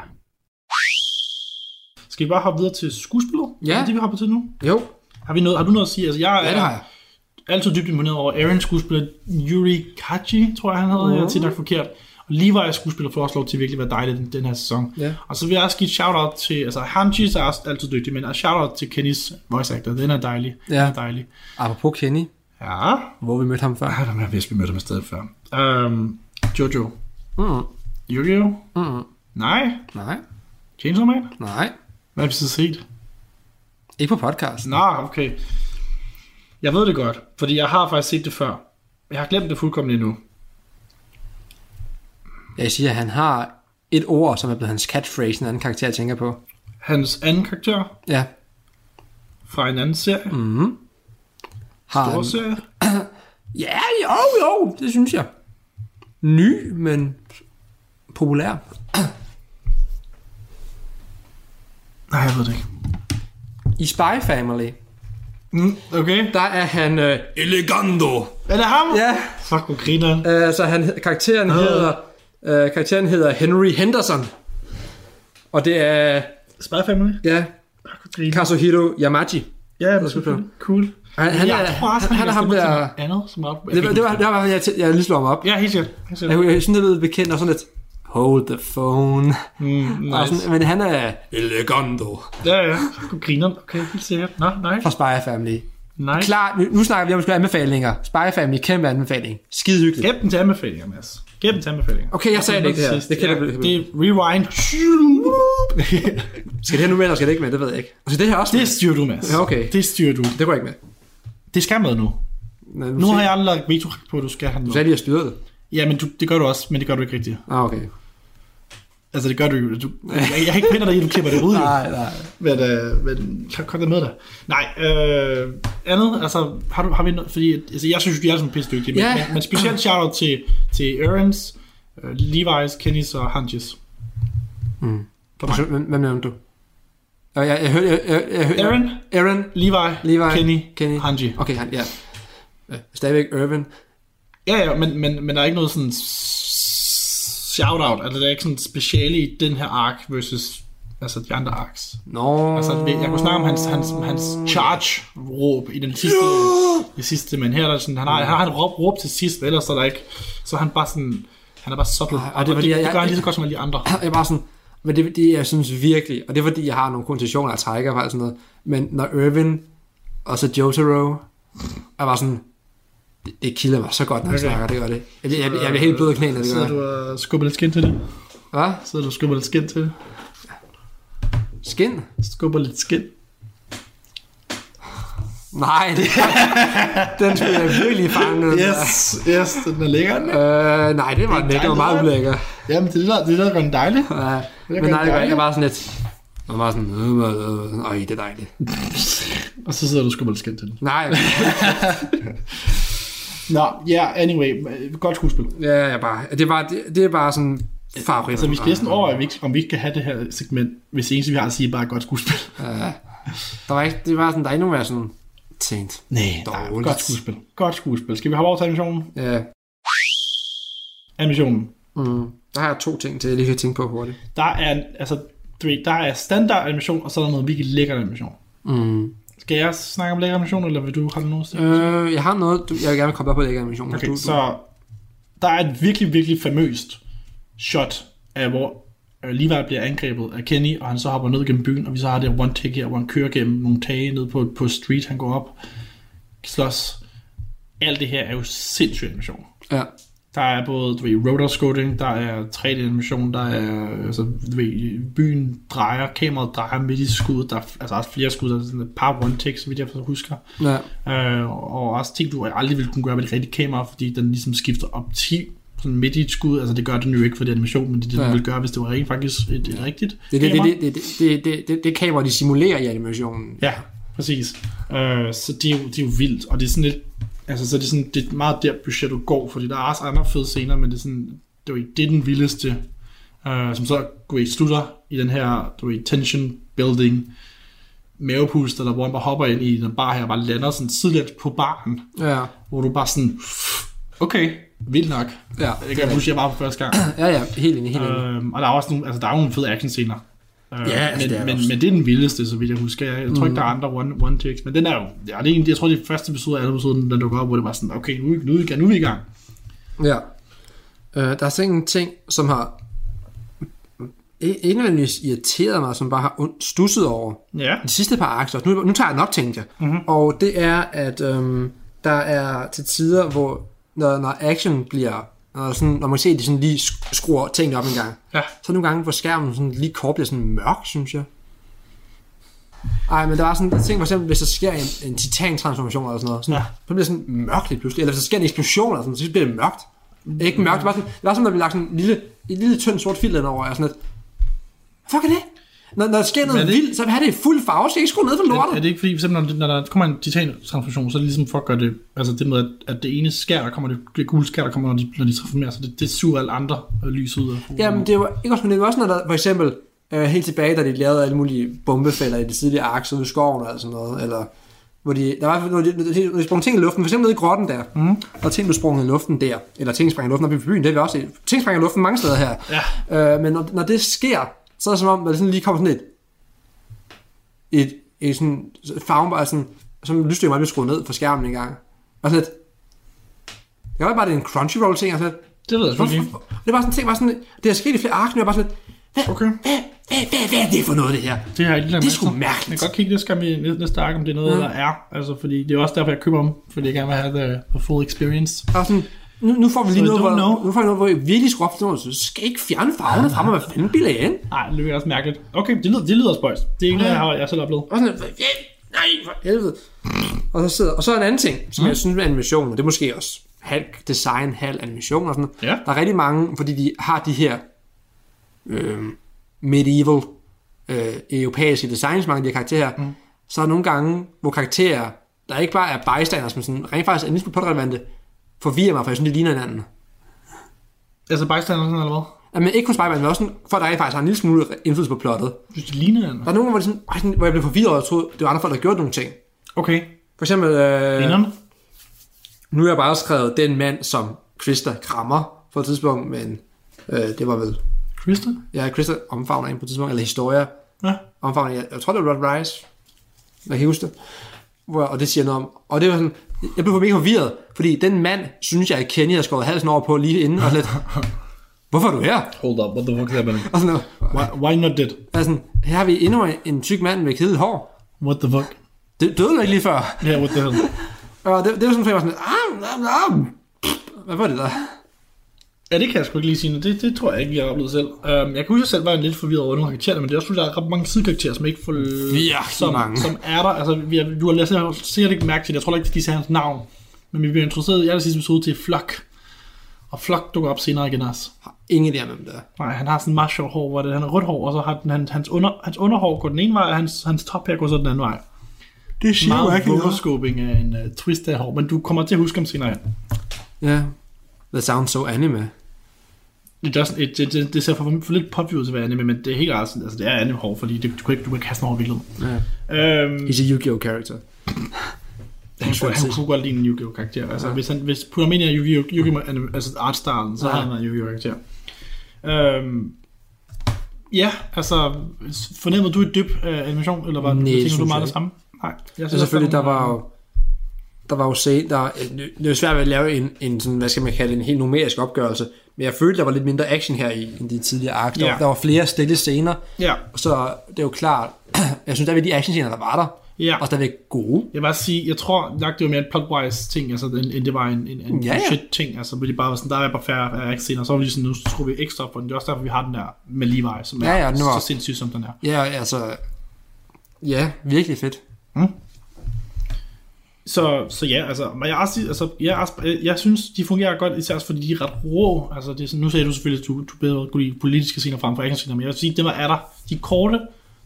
Skal vi bare hoppe videre til skuespillet?
Ja.
Er det, det, vi hopper til nu?
Jo,
Har, vi noget, har du noget at sige? Altså, jeg
ja, det har jeg.
altid dybt imponeret over Aaron skuespiller Yuri Kachi, tror jeg han hedder,
Mhm.
jeg har tit nok forkert. Og Levi er skuespiller for også lov til at virkelig være dejlig den, den her sæson.
Ja.
Og så vil jeg også give et shout-out til, altså Hanji er også altid dygtig, men et shout-out til Kennys voice actor, den er dejlig.
Ja.
Den er dejlig.
Apropos Kenny,
Ja,
hvor vi mødte ham før.
ah, der er vist, vi mødte ham et sted før. Um, Jojo.
Mm,
Jojo?
mm,
Nej.
nej,
Chainsaw Man?
nej.
Hvad har vi så set?
Ikke på podcast.
Nå, okay. Jeg ved det godt, fordi jeg har faktisk set det før. Jeg har glemt det fuldkommen endnu.
Jeg siger, at han har et ord, som er blevet hans catchphrase, en anden karakter, jeg tænker på.
Hans anden karakter
Ja.
fra en anden serie, mm.
Har han-
stor serie,
Ja, jo, jo, det synes jeg. Ny, men populær.
Nej, jeg ved det ikke.
I Spy Family,
Mm, okay.
der er han øh, Elegando.
Er det ham?
Ja,
Fuck, hvor griner han.
øh, så han, karakteren, hedder, øh, karakteren hedder Henry Henderson. Og det er,
Spy Family.
ja,
Fuck, hvor griner han.
Kazuhiro Yamaji.
Ja, det er
selvfølgelig.
Cool.
Han, han,
jeg
er,
tror også,
han, han er ham
stemmer
der...
til noget andet, som er op.
Det var, det var, det var, jeg, tæ- jeg lige slog ham op.
Ja, helt sikkert. Helt sikkert.
Jeg, kunne- jeg synes, det lød bekendt og øh, sådan lidt, hold the phone.
Mm,
Og
nice.
sådan, men han er Elegando
Ja, ja. Fuck, hvor griner han. Okay, helt sikkert. Nå, nice.
fra Spy Family.
Nice.
Klart, nu, nu snakker vi om sgu anbefalinger. Spy Family, kæmpe anbefaling. Skide hyggeligt.
Gæb den til anbefalinger, Mads. Gæb den til anbefalinger.
Okay, jeg sagde det ikke. Det, her.
Sidst.
det kan
Ja,
jeg
Det er
*laughs*
rewind.
Skal det her nu med, eller skal det ikke med? Det ved jeg ikke. Og så det her også
Det
med.
styrer du, Mads.
Ja, okay.
Det styrer du.
Det går ikke med.
Det skal med nu.
Nå,
Nu har
siger-
jeg aldrig lagt veto på, at du skal have
Du
noget.
sagde lige, at jeg styrede det.
Ja, men du, det gør du også, men det gør du ikke rigtigt.
Ah, okay.
Altså, det gør du jo. Du- Jeg, jeg kan ikke finde dig i, at du klipper det ud. jo.
Nej, nej.
Men, øh, men kan kom det med dig. Nej, øh, andet, altså, har, du, har vi noget, fordi, altså, jeg synes, de er sådan pisse dygtige, men,
Ja.
men, men specielt shout-out til, til Aaron's, øh, Levi's, Kenny's og Hunches. For mig.
Så, Hvem, hvem nævnte du? Jeg, jeg, jeg hørte... Jeg, jeg, jeg, hørte-
Aaron,
Aaron.
Levi,
Levi,
Kenny,
Kenny.
Hanji.
Okay, han, ja. Øh, Stadigvæk Irvin.
Ja, ja, men, men, men der er ikke noget sådan s- shout-out, altså der er ikke sådan speciale i den her ark versus altså de andre arcs.
Nå.
Altså, jeg kunne snakke om hans, hans, hans charge-råb i den sidste, det sidste, men her er der sådan, han har, han har et råb, råb til sidst, men ellers er der ikke, så er han bare sådan, han er bare subtle,
Ej,
og det, og det, jeg, det gør han
jeg-
lige så godt som alle de andre.
*clears throat* Jeg er bare sådan... Men det, det, jeg synes virkelig, og det er fordi, jeg har nogle koncessioner af Tiger og alt sådan noget, men når Irvin og så Jotaro, jeg var sådan, det, det kilder mig så godt, når han
Okay.
snakker, det gør det. Jeg, bliver- jeg, jeg, jeg bliver helt blød i knæene, det gør
Sidder
det.
du og skubber lidt skin til det?
Hvad?
Sidder du og skubber lidt skin til det?
Skin?
Skubber lidt skin?
Nej, *laughs* det, den skulle jeg virkelig fange. den
Yes,
der.
yes, den er lækker.
Øh, nej, det var den ikke. Det var meget
dejligt,
ulækker.
Jamen, det er det, der- det, er det, der gør den dejlig.
Ja,
er
men nej, det var,
dejligt.
jeg var sådan lidt... Jeg var sådan... Øh, øh, øh, øj, det er dejligt.
Og så sidder du og skubber lidt skin til det.
Nej, *laughs*
Nå, ja, yeah, anyway, øh, godt skuespil.
ja, jeg bare, det, var, det, det er bare sådan favorit.
Så Altså, vi skal næsten over, om vi, ikke, om vi ikke kan have det her segment, hvis det eneste, vi har at sige, er bare godt skuespil.
Der var ikke, det var sådan, der er ikke nogen, der er sådan tænkt.
Nej,
Dårligt.
godt skuespil. Godt skuespil. Skal vi have over til animationen?
Ja,
Animationen.
mm, der har jeg to ting til, jeg lige kan tænke på hurtigt.
Der er, en- altså, du ved, der er standard animation, og så er der noget virkelig lækker animation.
Mm.
Skal jeg snakke om lækker animation, eller vil du have noget sted?
Øh, jeg har noget, du, jeg vil gerne komme op på lækker animation.
Okay,
du, du,
så der er et virkelig, virkelig famøst shot, af hvor øh, Levi bliver angrebet af Kenny, og han så hopper ned gennem byen, og vi så har det one take her, hvor han kører gennem nogle tage ned på, på street, han går op, slås. Alt det her er jo sindssyg animation.
Ja,
Der er både, du ved, rotoscoping, der er 3D-animation, der er, altså, du ved, byen drejer, kameraet drejer midt i skuddet, der er altså også flere skud, der er sådan et par one-takes, så vidt jeg husker.
ja,
Øh, og også ting, du aldrig ville kunne gøre med det rigtige kamera, fordi den ligesom skifter optik sådan midt i et skud, altså det gør den jo ikke for det er animation, men det er det, den
Ja.
ville gøre, hvis det var rent faktisk et, et rigtigt
det, det,
kamera.
det, det, det, det, det, det, det kamera, de simulerer i animationen.
Ja, præcis. Øh, så det er, jo, det er jo vildt, og det er sådan lidt, altså så er det er sådan, det er meget der budgettet går, fordi der er også andre fede scener, men det er sådan, det er, jo- det er den vildeste, øh, som så du ved, slutter i den her, du ved, tension building, mavepuster, der hvor han bare hopper ind i den bar her, og bare lander sådan tidligt på baren,
Ja,
hvor du bare sådan, okay, vildt nok.
ja,
Det kan jeg huske, jeg bare for første gang.
ja, ja helt enig, helt enig.
øhm, og der er også nogle, altså, der er nogle fede actionscener. Øh,
Ja, altså,
men,
det er der
men,
også. Mm.
men, det er den vildeste, så vidt jeg husker. Jeg, jeg tror ikke, der er andre one, one takes, men den er jo, ja, det er en, jeg tror, det er første episode af alle episoden, den dukker op, hvor det var sådan, okay, nu, nu, nu, nu er vi i gang.
Ja. Øh, der er sådan en ting, som har i- indvendigvis irriteret mig, som bare har und- stusset over
Ja.
de sidste par aktier. Nu, nu tager jeg den op, tænkte jeg.
Mhm.
Mm-hmm. Og det er, at øhm, der er til tider, hvor når, når action bliver, når, sådan, når man ser, at de sådan lige sk- skruer tingene op en gang,
Ja.
så er nogle gange, hvor skærmen sådan lige kort bliver sådan mørk, synes jeg. Ej, men der var sådan en ting, for eksempel, hvis der sker en, en titan-transformation eller sådan noget, sådan,
Ja.
ja. så bliver det sådan mørkt lige pludselig, eller hvis der sker en eksplosion eller sådan, så bliver det mørkt. Ikke mørkt, det var sådan, det var sådan, der blev lagt sådan en lille, et lille tynd sort filter ind over, og jeg er sådan lidt, fuck er det? Når, når der sker noget
er
det...
det-
vildt, så vil jeg have det i fuld farve, så jeg ikke skrue ned for
Er,
lortet.
er det ikke fordi, for eksempel, når, det- når der kommer en titan-transformation, så er det ligesom for at gøre det, altså det med, at, at det ene skær, der kommer, det, det gule skær, der kommer, når de, når de transformerer sig, det, det suger alle andre øh, lys ud af.
Jamen, det var ikke også, men det var også, når der for eksempel Øh, helt tilbage, da de lavede alle mulige bombefælder i det tidlige ark, så ude i skoven og alt sådan noget, eller hvor de, der var, når de, når de, når de sprang ting i luften, for eksempel nede i grotten der, mm. og ting blev sprunget i luften der, eller ting sprang i luften op i byen, det har vi også set. Ting sprang i luften mange steder her. Ja. Øh, men når, når, det sker, så er det som om, at det sådan lige kommer sådan et, et, et sådan farven bare sådan, som lysstyrken bare blev skruet ned fra skærmen en gang. Og sådan lidt, det var bare det er en Crunchyroll ting, og sådan lidt,
Det ved jeg selvfølgelig ikke.
Hvorfor? Det var sådan en ting, var sådan, det er sket i flere ark, og jeg var sådan lidt, hvad,
Okay.
hvad, hvad, hvad, hvad er det for noget, det her?
Det har jeg ikke lagt
Det er
mærke
sgu
til.
mærkeligt.
Jeg kan godt kigge det skal vi næste- næste ark, om det er noget, mm. der er. Altså, fordi det er også derfor, jeg køber dem. Fordi jeg gerne vil have the, the full experience.
Og sådan, nu, nu får vi lige
I
noget,
don't
hvor,
know.
nu får vi noget, hvor jeg virkelig skulle op til noget, så skal I ikke fjerne farverne fra mig, hvad fanden bilder jeg ind?
Nej, det lyder også mærkeligt. Okay, det lyder, det lyder spøjst. Det er ikke noget, jeg har jeg selv oplevet.
Og sådan, "Hvad- hvad- nej, for helvede. Og så, sidder, og så en anden ting, som jeg synes med animation, og det er måske også halv design, halv animation og sådan noget.
Ja.
Der er rigtig mange, fordi de har de her øh, medieval øh, europæiske designs, mange af de her karakterer. Mm. Så er der nogle gange, hvor karakterer, der ikke bare er bystanders, men sådan, rent faktisk er en lille smule potrelevante, forvirrer mig, for jeg synes, de ligner hinanden.
Altså, bystander sådan eller hvad?
Jamen ikke kun Spider-Man, men også sådan, folk, der rent faktisk har en lille smule indflydelse på plottet.
Synes det ligner den?
Der er nogle gange, hvor, det sådan, ej, sådan, hvor jeg blev forvirret, og jeg troede, det var andre folk, der gjorde nogle ting.
Okay.
For eksempel, øh,
Vinderne?
nu har jeg bare skrevet den mand, som Krista krammer på et tidspunkt, men øh, det var vel,
Krista?
ja, Krista omfavner en på et tidspunkt, eller historier
Ja.
omfavner, jeg, jeg tror det var Rod Rice, jeg kan huske det, hvor, og det siger noget om, og det var sådan, jeg blev mega forvirret, fordi den mand, synes jeg, jeg kender, jeg har skåret halsen over på lige inden, og sådan lidt, hvorfor er du her?
Hold up, what the fuck is happening?
Og sådan, noget.
Why, why not dead?
og sådan, her har vi endnu en, en tyk mand med kedeligt hår,
What the fuck?
det døde du ikke lige før.
Ja, yeah, what the hell?
Og det, det var sådan, at jeg var sådan, ah, ah, ah, hvad var det der?
Ja, det kan jeg sgu ikke lige sige, nu. det, det tror jeg ikke, jeg har oplevet selv. Um, jeg kan huske, at jeg selv var en lidt forvirret over nogle af karaktererne, men det er også, fordi der er ret mange sidekarakterer, som ikke får...
Virkelig
som,
mange.
Som er der, altså, vi har, du har læst- jeg har sikkert ikke mærke til det, jeg tror ikke, de sagde hans navn. Men vi bliver introduceret i aller sidste episode til Flock. Og Flock dukker op senere igen også.
Ingen idé om, hvem det er.
Nej, han har sådan meget sjovt hår, hvor det, han har rødt hår, og så har den, han, hans, under, hans underhår går den ene vej, og hans, hans top her går så den anden vej.
Det siger
Meget rotoscoping af en uh, twist af hår, men du kommer til at huske ham senere.
Ja. That sounds so anime.
It doesn't, it, it, it, det ser for, for lidt popview til at være anime, men det er helt ret, sådan, altså det er anime hår, fordi det, du, kan ikke, du kan ikke kaste noget over virkelig.
Ja.
Øhm,
He's a Yu-Gi-Oh character.
han, kunne, han kunne godt lide en Yu-Gi-Oh karakter. Altså, ja. hvis, han, hvis putter ham ind i Yu-Gi-Oh, Yu-Gi-Oh anim- altså artstylen, så ja.
Ja.
har han en Yu-Gi-Oh karakter. Øhm, ja, altså, fornemmede du et dyb af animation, eller var
Nej, det
det, du
synes
meget
jeg
det samme? Nej, jeg synes,
Så Altså, selvfølgelig, der
var
var jo der var jo se, der, det var svært at lave en, en sådan, hvad skal man kalde det, en helt numerisk opgørelse, men jeg følte, der var lidt mindre action her i, end de tidligere ark. Der,
Ja.
ja. der var flere stille scener,
Ja,
så det er jo klart, *clears throat* jeg synes, der ved de action scener, der var der,
ja.
og stadigvæk gode.
Jeg vil også sige, jeg tror nok, det var mere en plotwise ting, altså, end, end det var en, en, en
Ja, ja.
shit ting, altså, hvor de bare var sådan, der er bare færre af scener, så var vi sådan, nu skruer vi ekstra op på den. Det er også derfor, vi har den der med Levi, som er
Ja, ja, den var-
så sindssyg, som den er.
Ja, altså, ja, virkelig fedt.
Så, så ja, altså, men jeg, er også, sige- altså jeg, er også- øh, jeg synes, de fungerer godt, især også fordi de er ret rå. Altså, det er sådan, nu sagde du selvfølgelig, at du, du bedre kunne lide politiske scener frem for actionscener, men jeg vil sige, dem der er der. De er korte,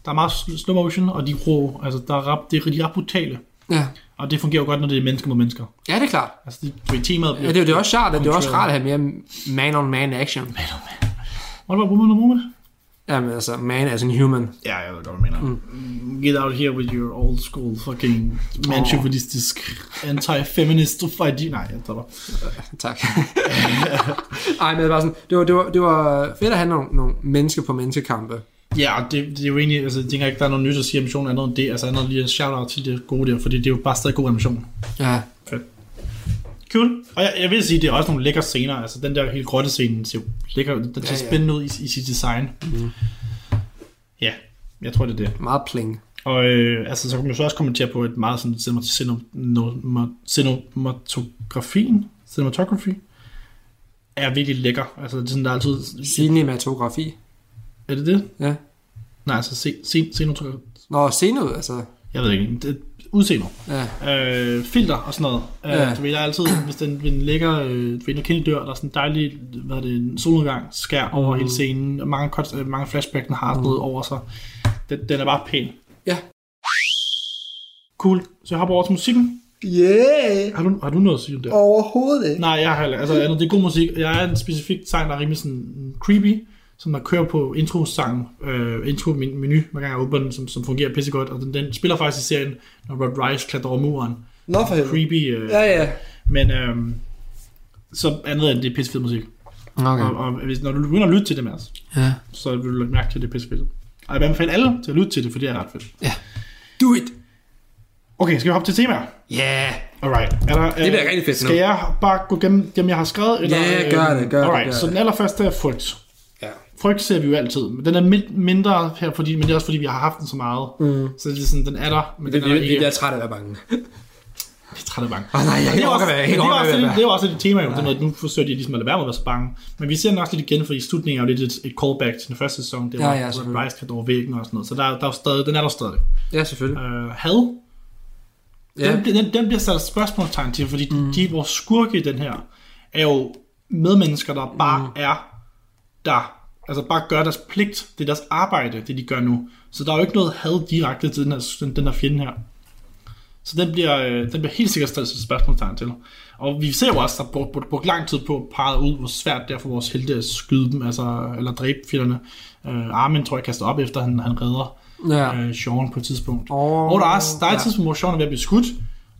der er meget sl- slow motion, og de er rå. Altså, der er, rap, det er, de er ret brutale.
Ja,
Og det fungerer jo godt, når det er mennesker mod mennesker.
ja det er klart.
Altså, det, du ved, temaet
Ja,
bliver...
det er jo det er også sjovt, at det er også
Kontrolleret.
rart at have mere man-on-man action.
What about woman on woman?
Jamen altså, man as in human.
Ja, jeg ved godt, hvad jeg mener. Mm. Get out here with your old school fucking manchuvinistisk anti-feminist idea. Nej, jeg tager
Tak. Ej, men det var, sådan, det var, det var, det var fedt at have nogle, nogle menneske på menneskekampe.
Ja, og det, det, er jo egentlig, altså, jeg tænker ikke, der er noget nyt at sige om missionen andet end det. Altså, andet end lige en shout-out til det gode der, fordi det er jo bare stadig god animation.
Ja.
Cool. Og jeg, jeg vil sige, det er også nogle lækre scener. Altså, den der helt grotte scene ser jo lækker, den ser
Ja,
ja,
ja.
spændende ud i, i sit design. Mm. Ja, jeg tror, det er det.
Meget pling.
Og øh, altså, så kan man jo så også kommentere på et meget sådan cinema- cinema- cinematografien, cinematography, er virkelig lækker. Altså, det er sådan, der er altid...
Cinematografi.
Er det det?
Ja.
Nej, altså, se, se, cinematograf-
Nå, scene ud, altså.
Jeg ved ikke, det, udseende.
Ja.
Øh, filter og sådan noget. Ja.
Ja.
Øh, du ved, der er altid, hvis den, den ligger, øh, du ved, når Kenny dør, der er sådan en dejlig, hvad er det, en solnedgang, skær over
Mhm.
hele scenen, og mange, cuts, øh, mange flashback, den har mm. over sig. Den, den er bare pæn.
Ja.
Cool. Så jeg hopper over til musikken.
Yeah!
Har du, har du noget at sige om det?
Overhovedet ikke.
Nej, jeg har heller- altså, andet, det er god musik. Jeg er en specifik sang, der er rimelig sådan creepy. som der kører på introsang, øh, intro-menu, hver gang jeg åbner den, som, som fungerer pissegodt, og den, den spiller faktisk i serien, når Rod Rice klatrer over muren.
Nå for helvede.
Creepy, øh,
Ja, ja.
men øh, så andet end det er pissefed musik.
Okay.
Og, og hvis, når du begynder at lytte til det, Mads,
Ja.
så vil du lægge mærke til, at det er pissefedt. Og jeg vil anbefale alle til at lytte til det, for det er ret fedt.
Do it!
Okay, skal vi hoppe til temaer?
Ja!
Alright. Er der, det
bliver rigtig fedt nu.
Skal jeg bare gå gennem dem, jeg har skrevet? Eller, øh,
Ja, gør det, gør det,
alright,
gør
så
det.
den allerførste er frygt.
Ja.
Frygt ser vi jo altid, men den er min- mindre her, fordi, men det er også fordi, vi har haft den så meget. Mm. Så det er sådan, den er der, men
Vi,
den er der
vi, vi
ikke.
bliver trætte af at være bange.
Det er træt af bange.
Åh, nej, jeg
Og det er
orker
også-
være- jeg
men det er
orker
også
være
lidt-
bange.
Det er jo også et tema, jo, det med, at nu forsøger de ligesom at lade være med at være så bange. Men vi ser den også lidt igen, fordi slutningen er jo lidt et, et callback til den første sæson, det
Ja,
var,
ja,
hvor
selvfølgelig.
Rice kan over væggen og sådan noget. Så der, er- der er jo stadig, den er der stadig.
Ja, selvfølgelig.
Øh, had,
Ja.
den, bliver- den, den bliver sat spørgsmålstegn til, fordi mm. de, vores skurke i den her, er jo medmennesker, der bare mm. er der. Altså bare gør deres pligt. Det er deres arbejde, det de gør nu. Så der er jo ikke noget had direkte til den her, den, den her fjende her. Så den bliver, øh, den bliver helt sikkert stillet som spørgsmålstegn til. Og vi ser jo også, der er brugt, brugt, brugt lang tid på at pege ud, hvor svært det er for vores helte at skyde dem, altså, eller dræbe fjenderne. Øh, Armin tror jeg kaster op efter, han, han redder
Ja.
øh, Sean på et tidspunkt.
Åh,
og der er, også- der er et
ja.
tidspunkt, hvor Sean er ved at blive skudt,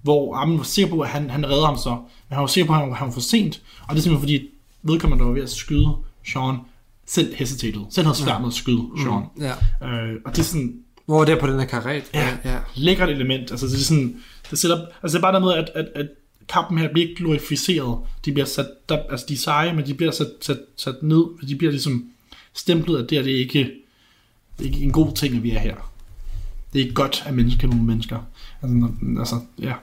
hvor Armin var sikker på, at han, han redder ham så. Men han var sikker på, at han, han var for sent. Og det er simpelthen fordi, vedkommende, der var ved at skyde Sean, selv hesitated. Selv havde svært med at skyde Sean.
Mm. Ja.
Øh, og det er sådan,
Hvor er det på den her karet?
ja, ja. lækkert element. Altså, det er sådan, det sætter, altså det er bare der med, at, at, at kampen her bliver ikke glorificeret. De bliver sat, der, altså de er seje, men de bliver sat, sat, sat ned, og de bliver ligesom stemplet, at det her det er ikke, det er ikke en god ting, at vi er her. Det er ikke godt, at mennesker er nogle mennesker. Altså, når- altså ja,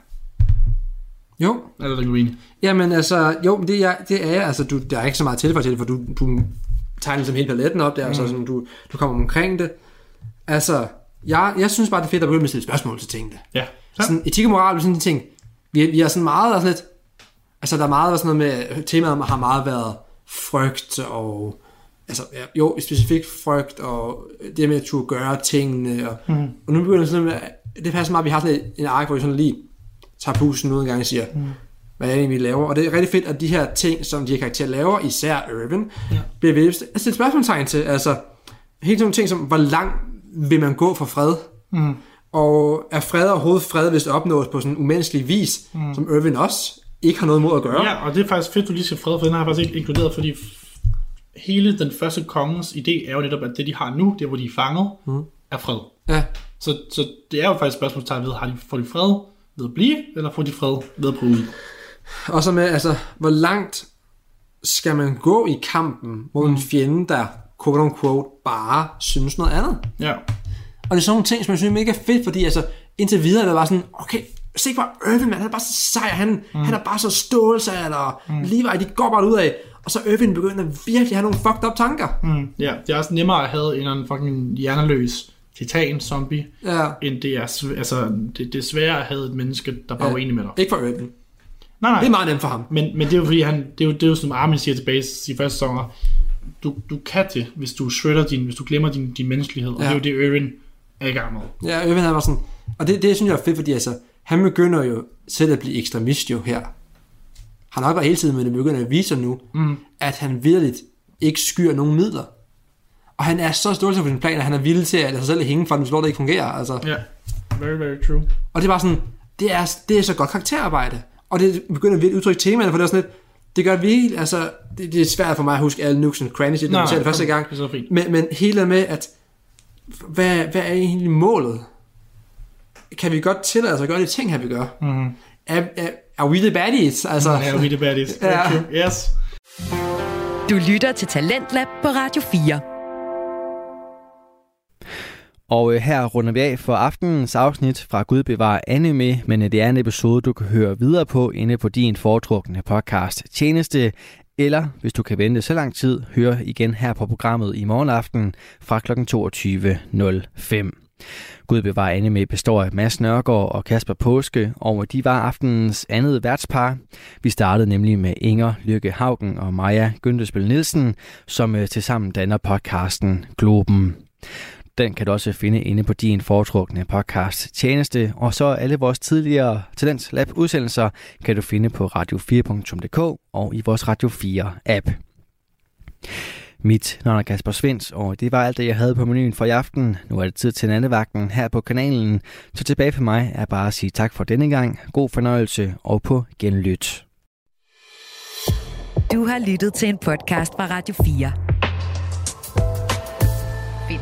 Jo,
eller det er uenig.
Jamen altså, jo, men det er, det er jeg. altså, du, der er ikke så meget tilføj til det, for du, du tegner ligesom hele paletten op der, mm. og så sådan, du, du kommer omkring det. Altså, jeg, jeg synes bare, det er fedt at begynde med at stille spørgsmål til tingene.
Ja.
Ja. Sådan, etik og moral er sådan en ting. Vi, vi har sådan meget, sådan lidt, altså der er meget der er sådan noget med, temaet har meget været frygt og, altså ja, jo, specifikt frygt og det med at turde gøre tingene. Og, mm. og nu begynder det sådan noget med, det passer meget, at vi har sådan en ark, hvor vi sådan lige tager pusen ud en gang og siger, mm. hvad er det egentlig, vi laver? Og det er rigtig fedt, at de her ting, som de her karakterer laver, især Irvin, ja. bliver ved Altså, at stille spørgsmålstegn til. Altså, helt sådan nogle ting som, hvor langt vil man gå for fred? Mm. Og er fred overhovedet fred, hvis det opnås på sådan en umenneskelig vis, mm. som Irvin også ikke har noget mod at gøre?
Ja, og det er faktisk fedt, du lige siger fred, for den har jeg faktisk ikke inkluderet, fordi f- hele den første kongens idé er jo netop, at det de har nu, det hvor de er fanget, mm. er fred.
ja.
Så, så det er jo faktisk spørgsmålstegn ved, har de, får de fred ved at blive, eller får de fred ved at bryde?
Og så med, altså, hvor langt skal man gå i kampen mod en fjende, der quote unquote bare synes noget andet?
Ja.
Og det er sådan nogle ting, som jeg synes er mega fedt, fordi altså, indtil videre er det bare sådan, okay, se hvor Irvin, man, han er bare så sej, han, mm. han er bare så stålsat, og mm. Levi, de går bare ud af, og så Irvin begynder virkelig at have nogle fucked up tanker. Mm.
ja. Det er også nemmere at have en eller anden fucking hjerneløs titan-zombie,
Ja.
end det er, sv- altså, det, det er sværere at have et menneske, der bare er uenig med dig.
Ikke for Irvin.
Nej, nej.
Det er meget nemt for ham.
Men, men det er jo fordi, han, det, er jo, det er jo som Armin siger tilbage i første sæson, du, du kan det, hvis du shredder din, hvis du glemmer din, din menneskelighed, og
Ja.
det er jo det, Irvin er i gang med.
Ja, Irvin han var sådan, og det, det synes jeg er fedt, fordi altså, han begynder jo selv at blive ekstremist jo her. Han har nok været hele tiden, men det begynder at vise sig nu, mm. at han virkelig ikke skyr nogen midler. Og han er så stolt på sin plan, at han er villig til at lade sig selv hænge for den, hvis lort ikke fungerer. Altså.
Ja. Very, very true.
Og det er bare sådan, det er, det er så godt karakterarbejde. Og det begynder virkelig at udtrykke temaerne, for det er sådan lidt, det gør virkelig, altså, det, det er svært for mig at huske alle nukes and crannies, i det,
Nej,
jeg det
nej,
første gang.
det er så fint.
Men, men hele det med, at hvad, hvad er egentlig målet? Kan vi godt tillade os at gøre de ting her, vi gør? Mm. Er, er, are we the baddies? Altså,
Mhm. Ja, we the baddies. Very
Ja.
true. Yes.
Du lytter til Talentlab på Radio 4.
Og øh, her runder vi af for aftenens afsnit fra Gud bevare anime, men øh, det er en episode, du kan høre videre på inde på din foretrukne podcast Tjeneste, eller hvis du kan vente så lang tid, høre igen her på programmet i morgen aften fra kl. 22.05. Gud bevare anime består af Mads Nørgaard og Kasper Påske, og øh, de var aftenens andet værtspar. Vi startede nemlig med Inger Lykke Haugen og Maja Gyndesbøl Nielsen, som øh, tilsammen danner podcasten Globen. Den kan du også finde inde på din foretrukne podcast tjeneste, og så alle vores tidligere Talents Lab udsendelser kan du finde på radio4.dk og i vores Radio 4 app. Mit navn er Kasper Svens, og det var alt det, jeg havde på menuen for i aften. Nu er det tid til nattevagten her på kanalen. Så tilbage for mig er bare at sige tak for denne gang. God fornøjelse og på genlyt.
Du har lyttet til en podcast fra Radio 4. Find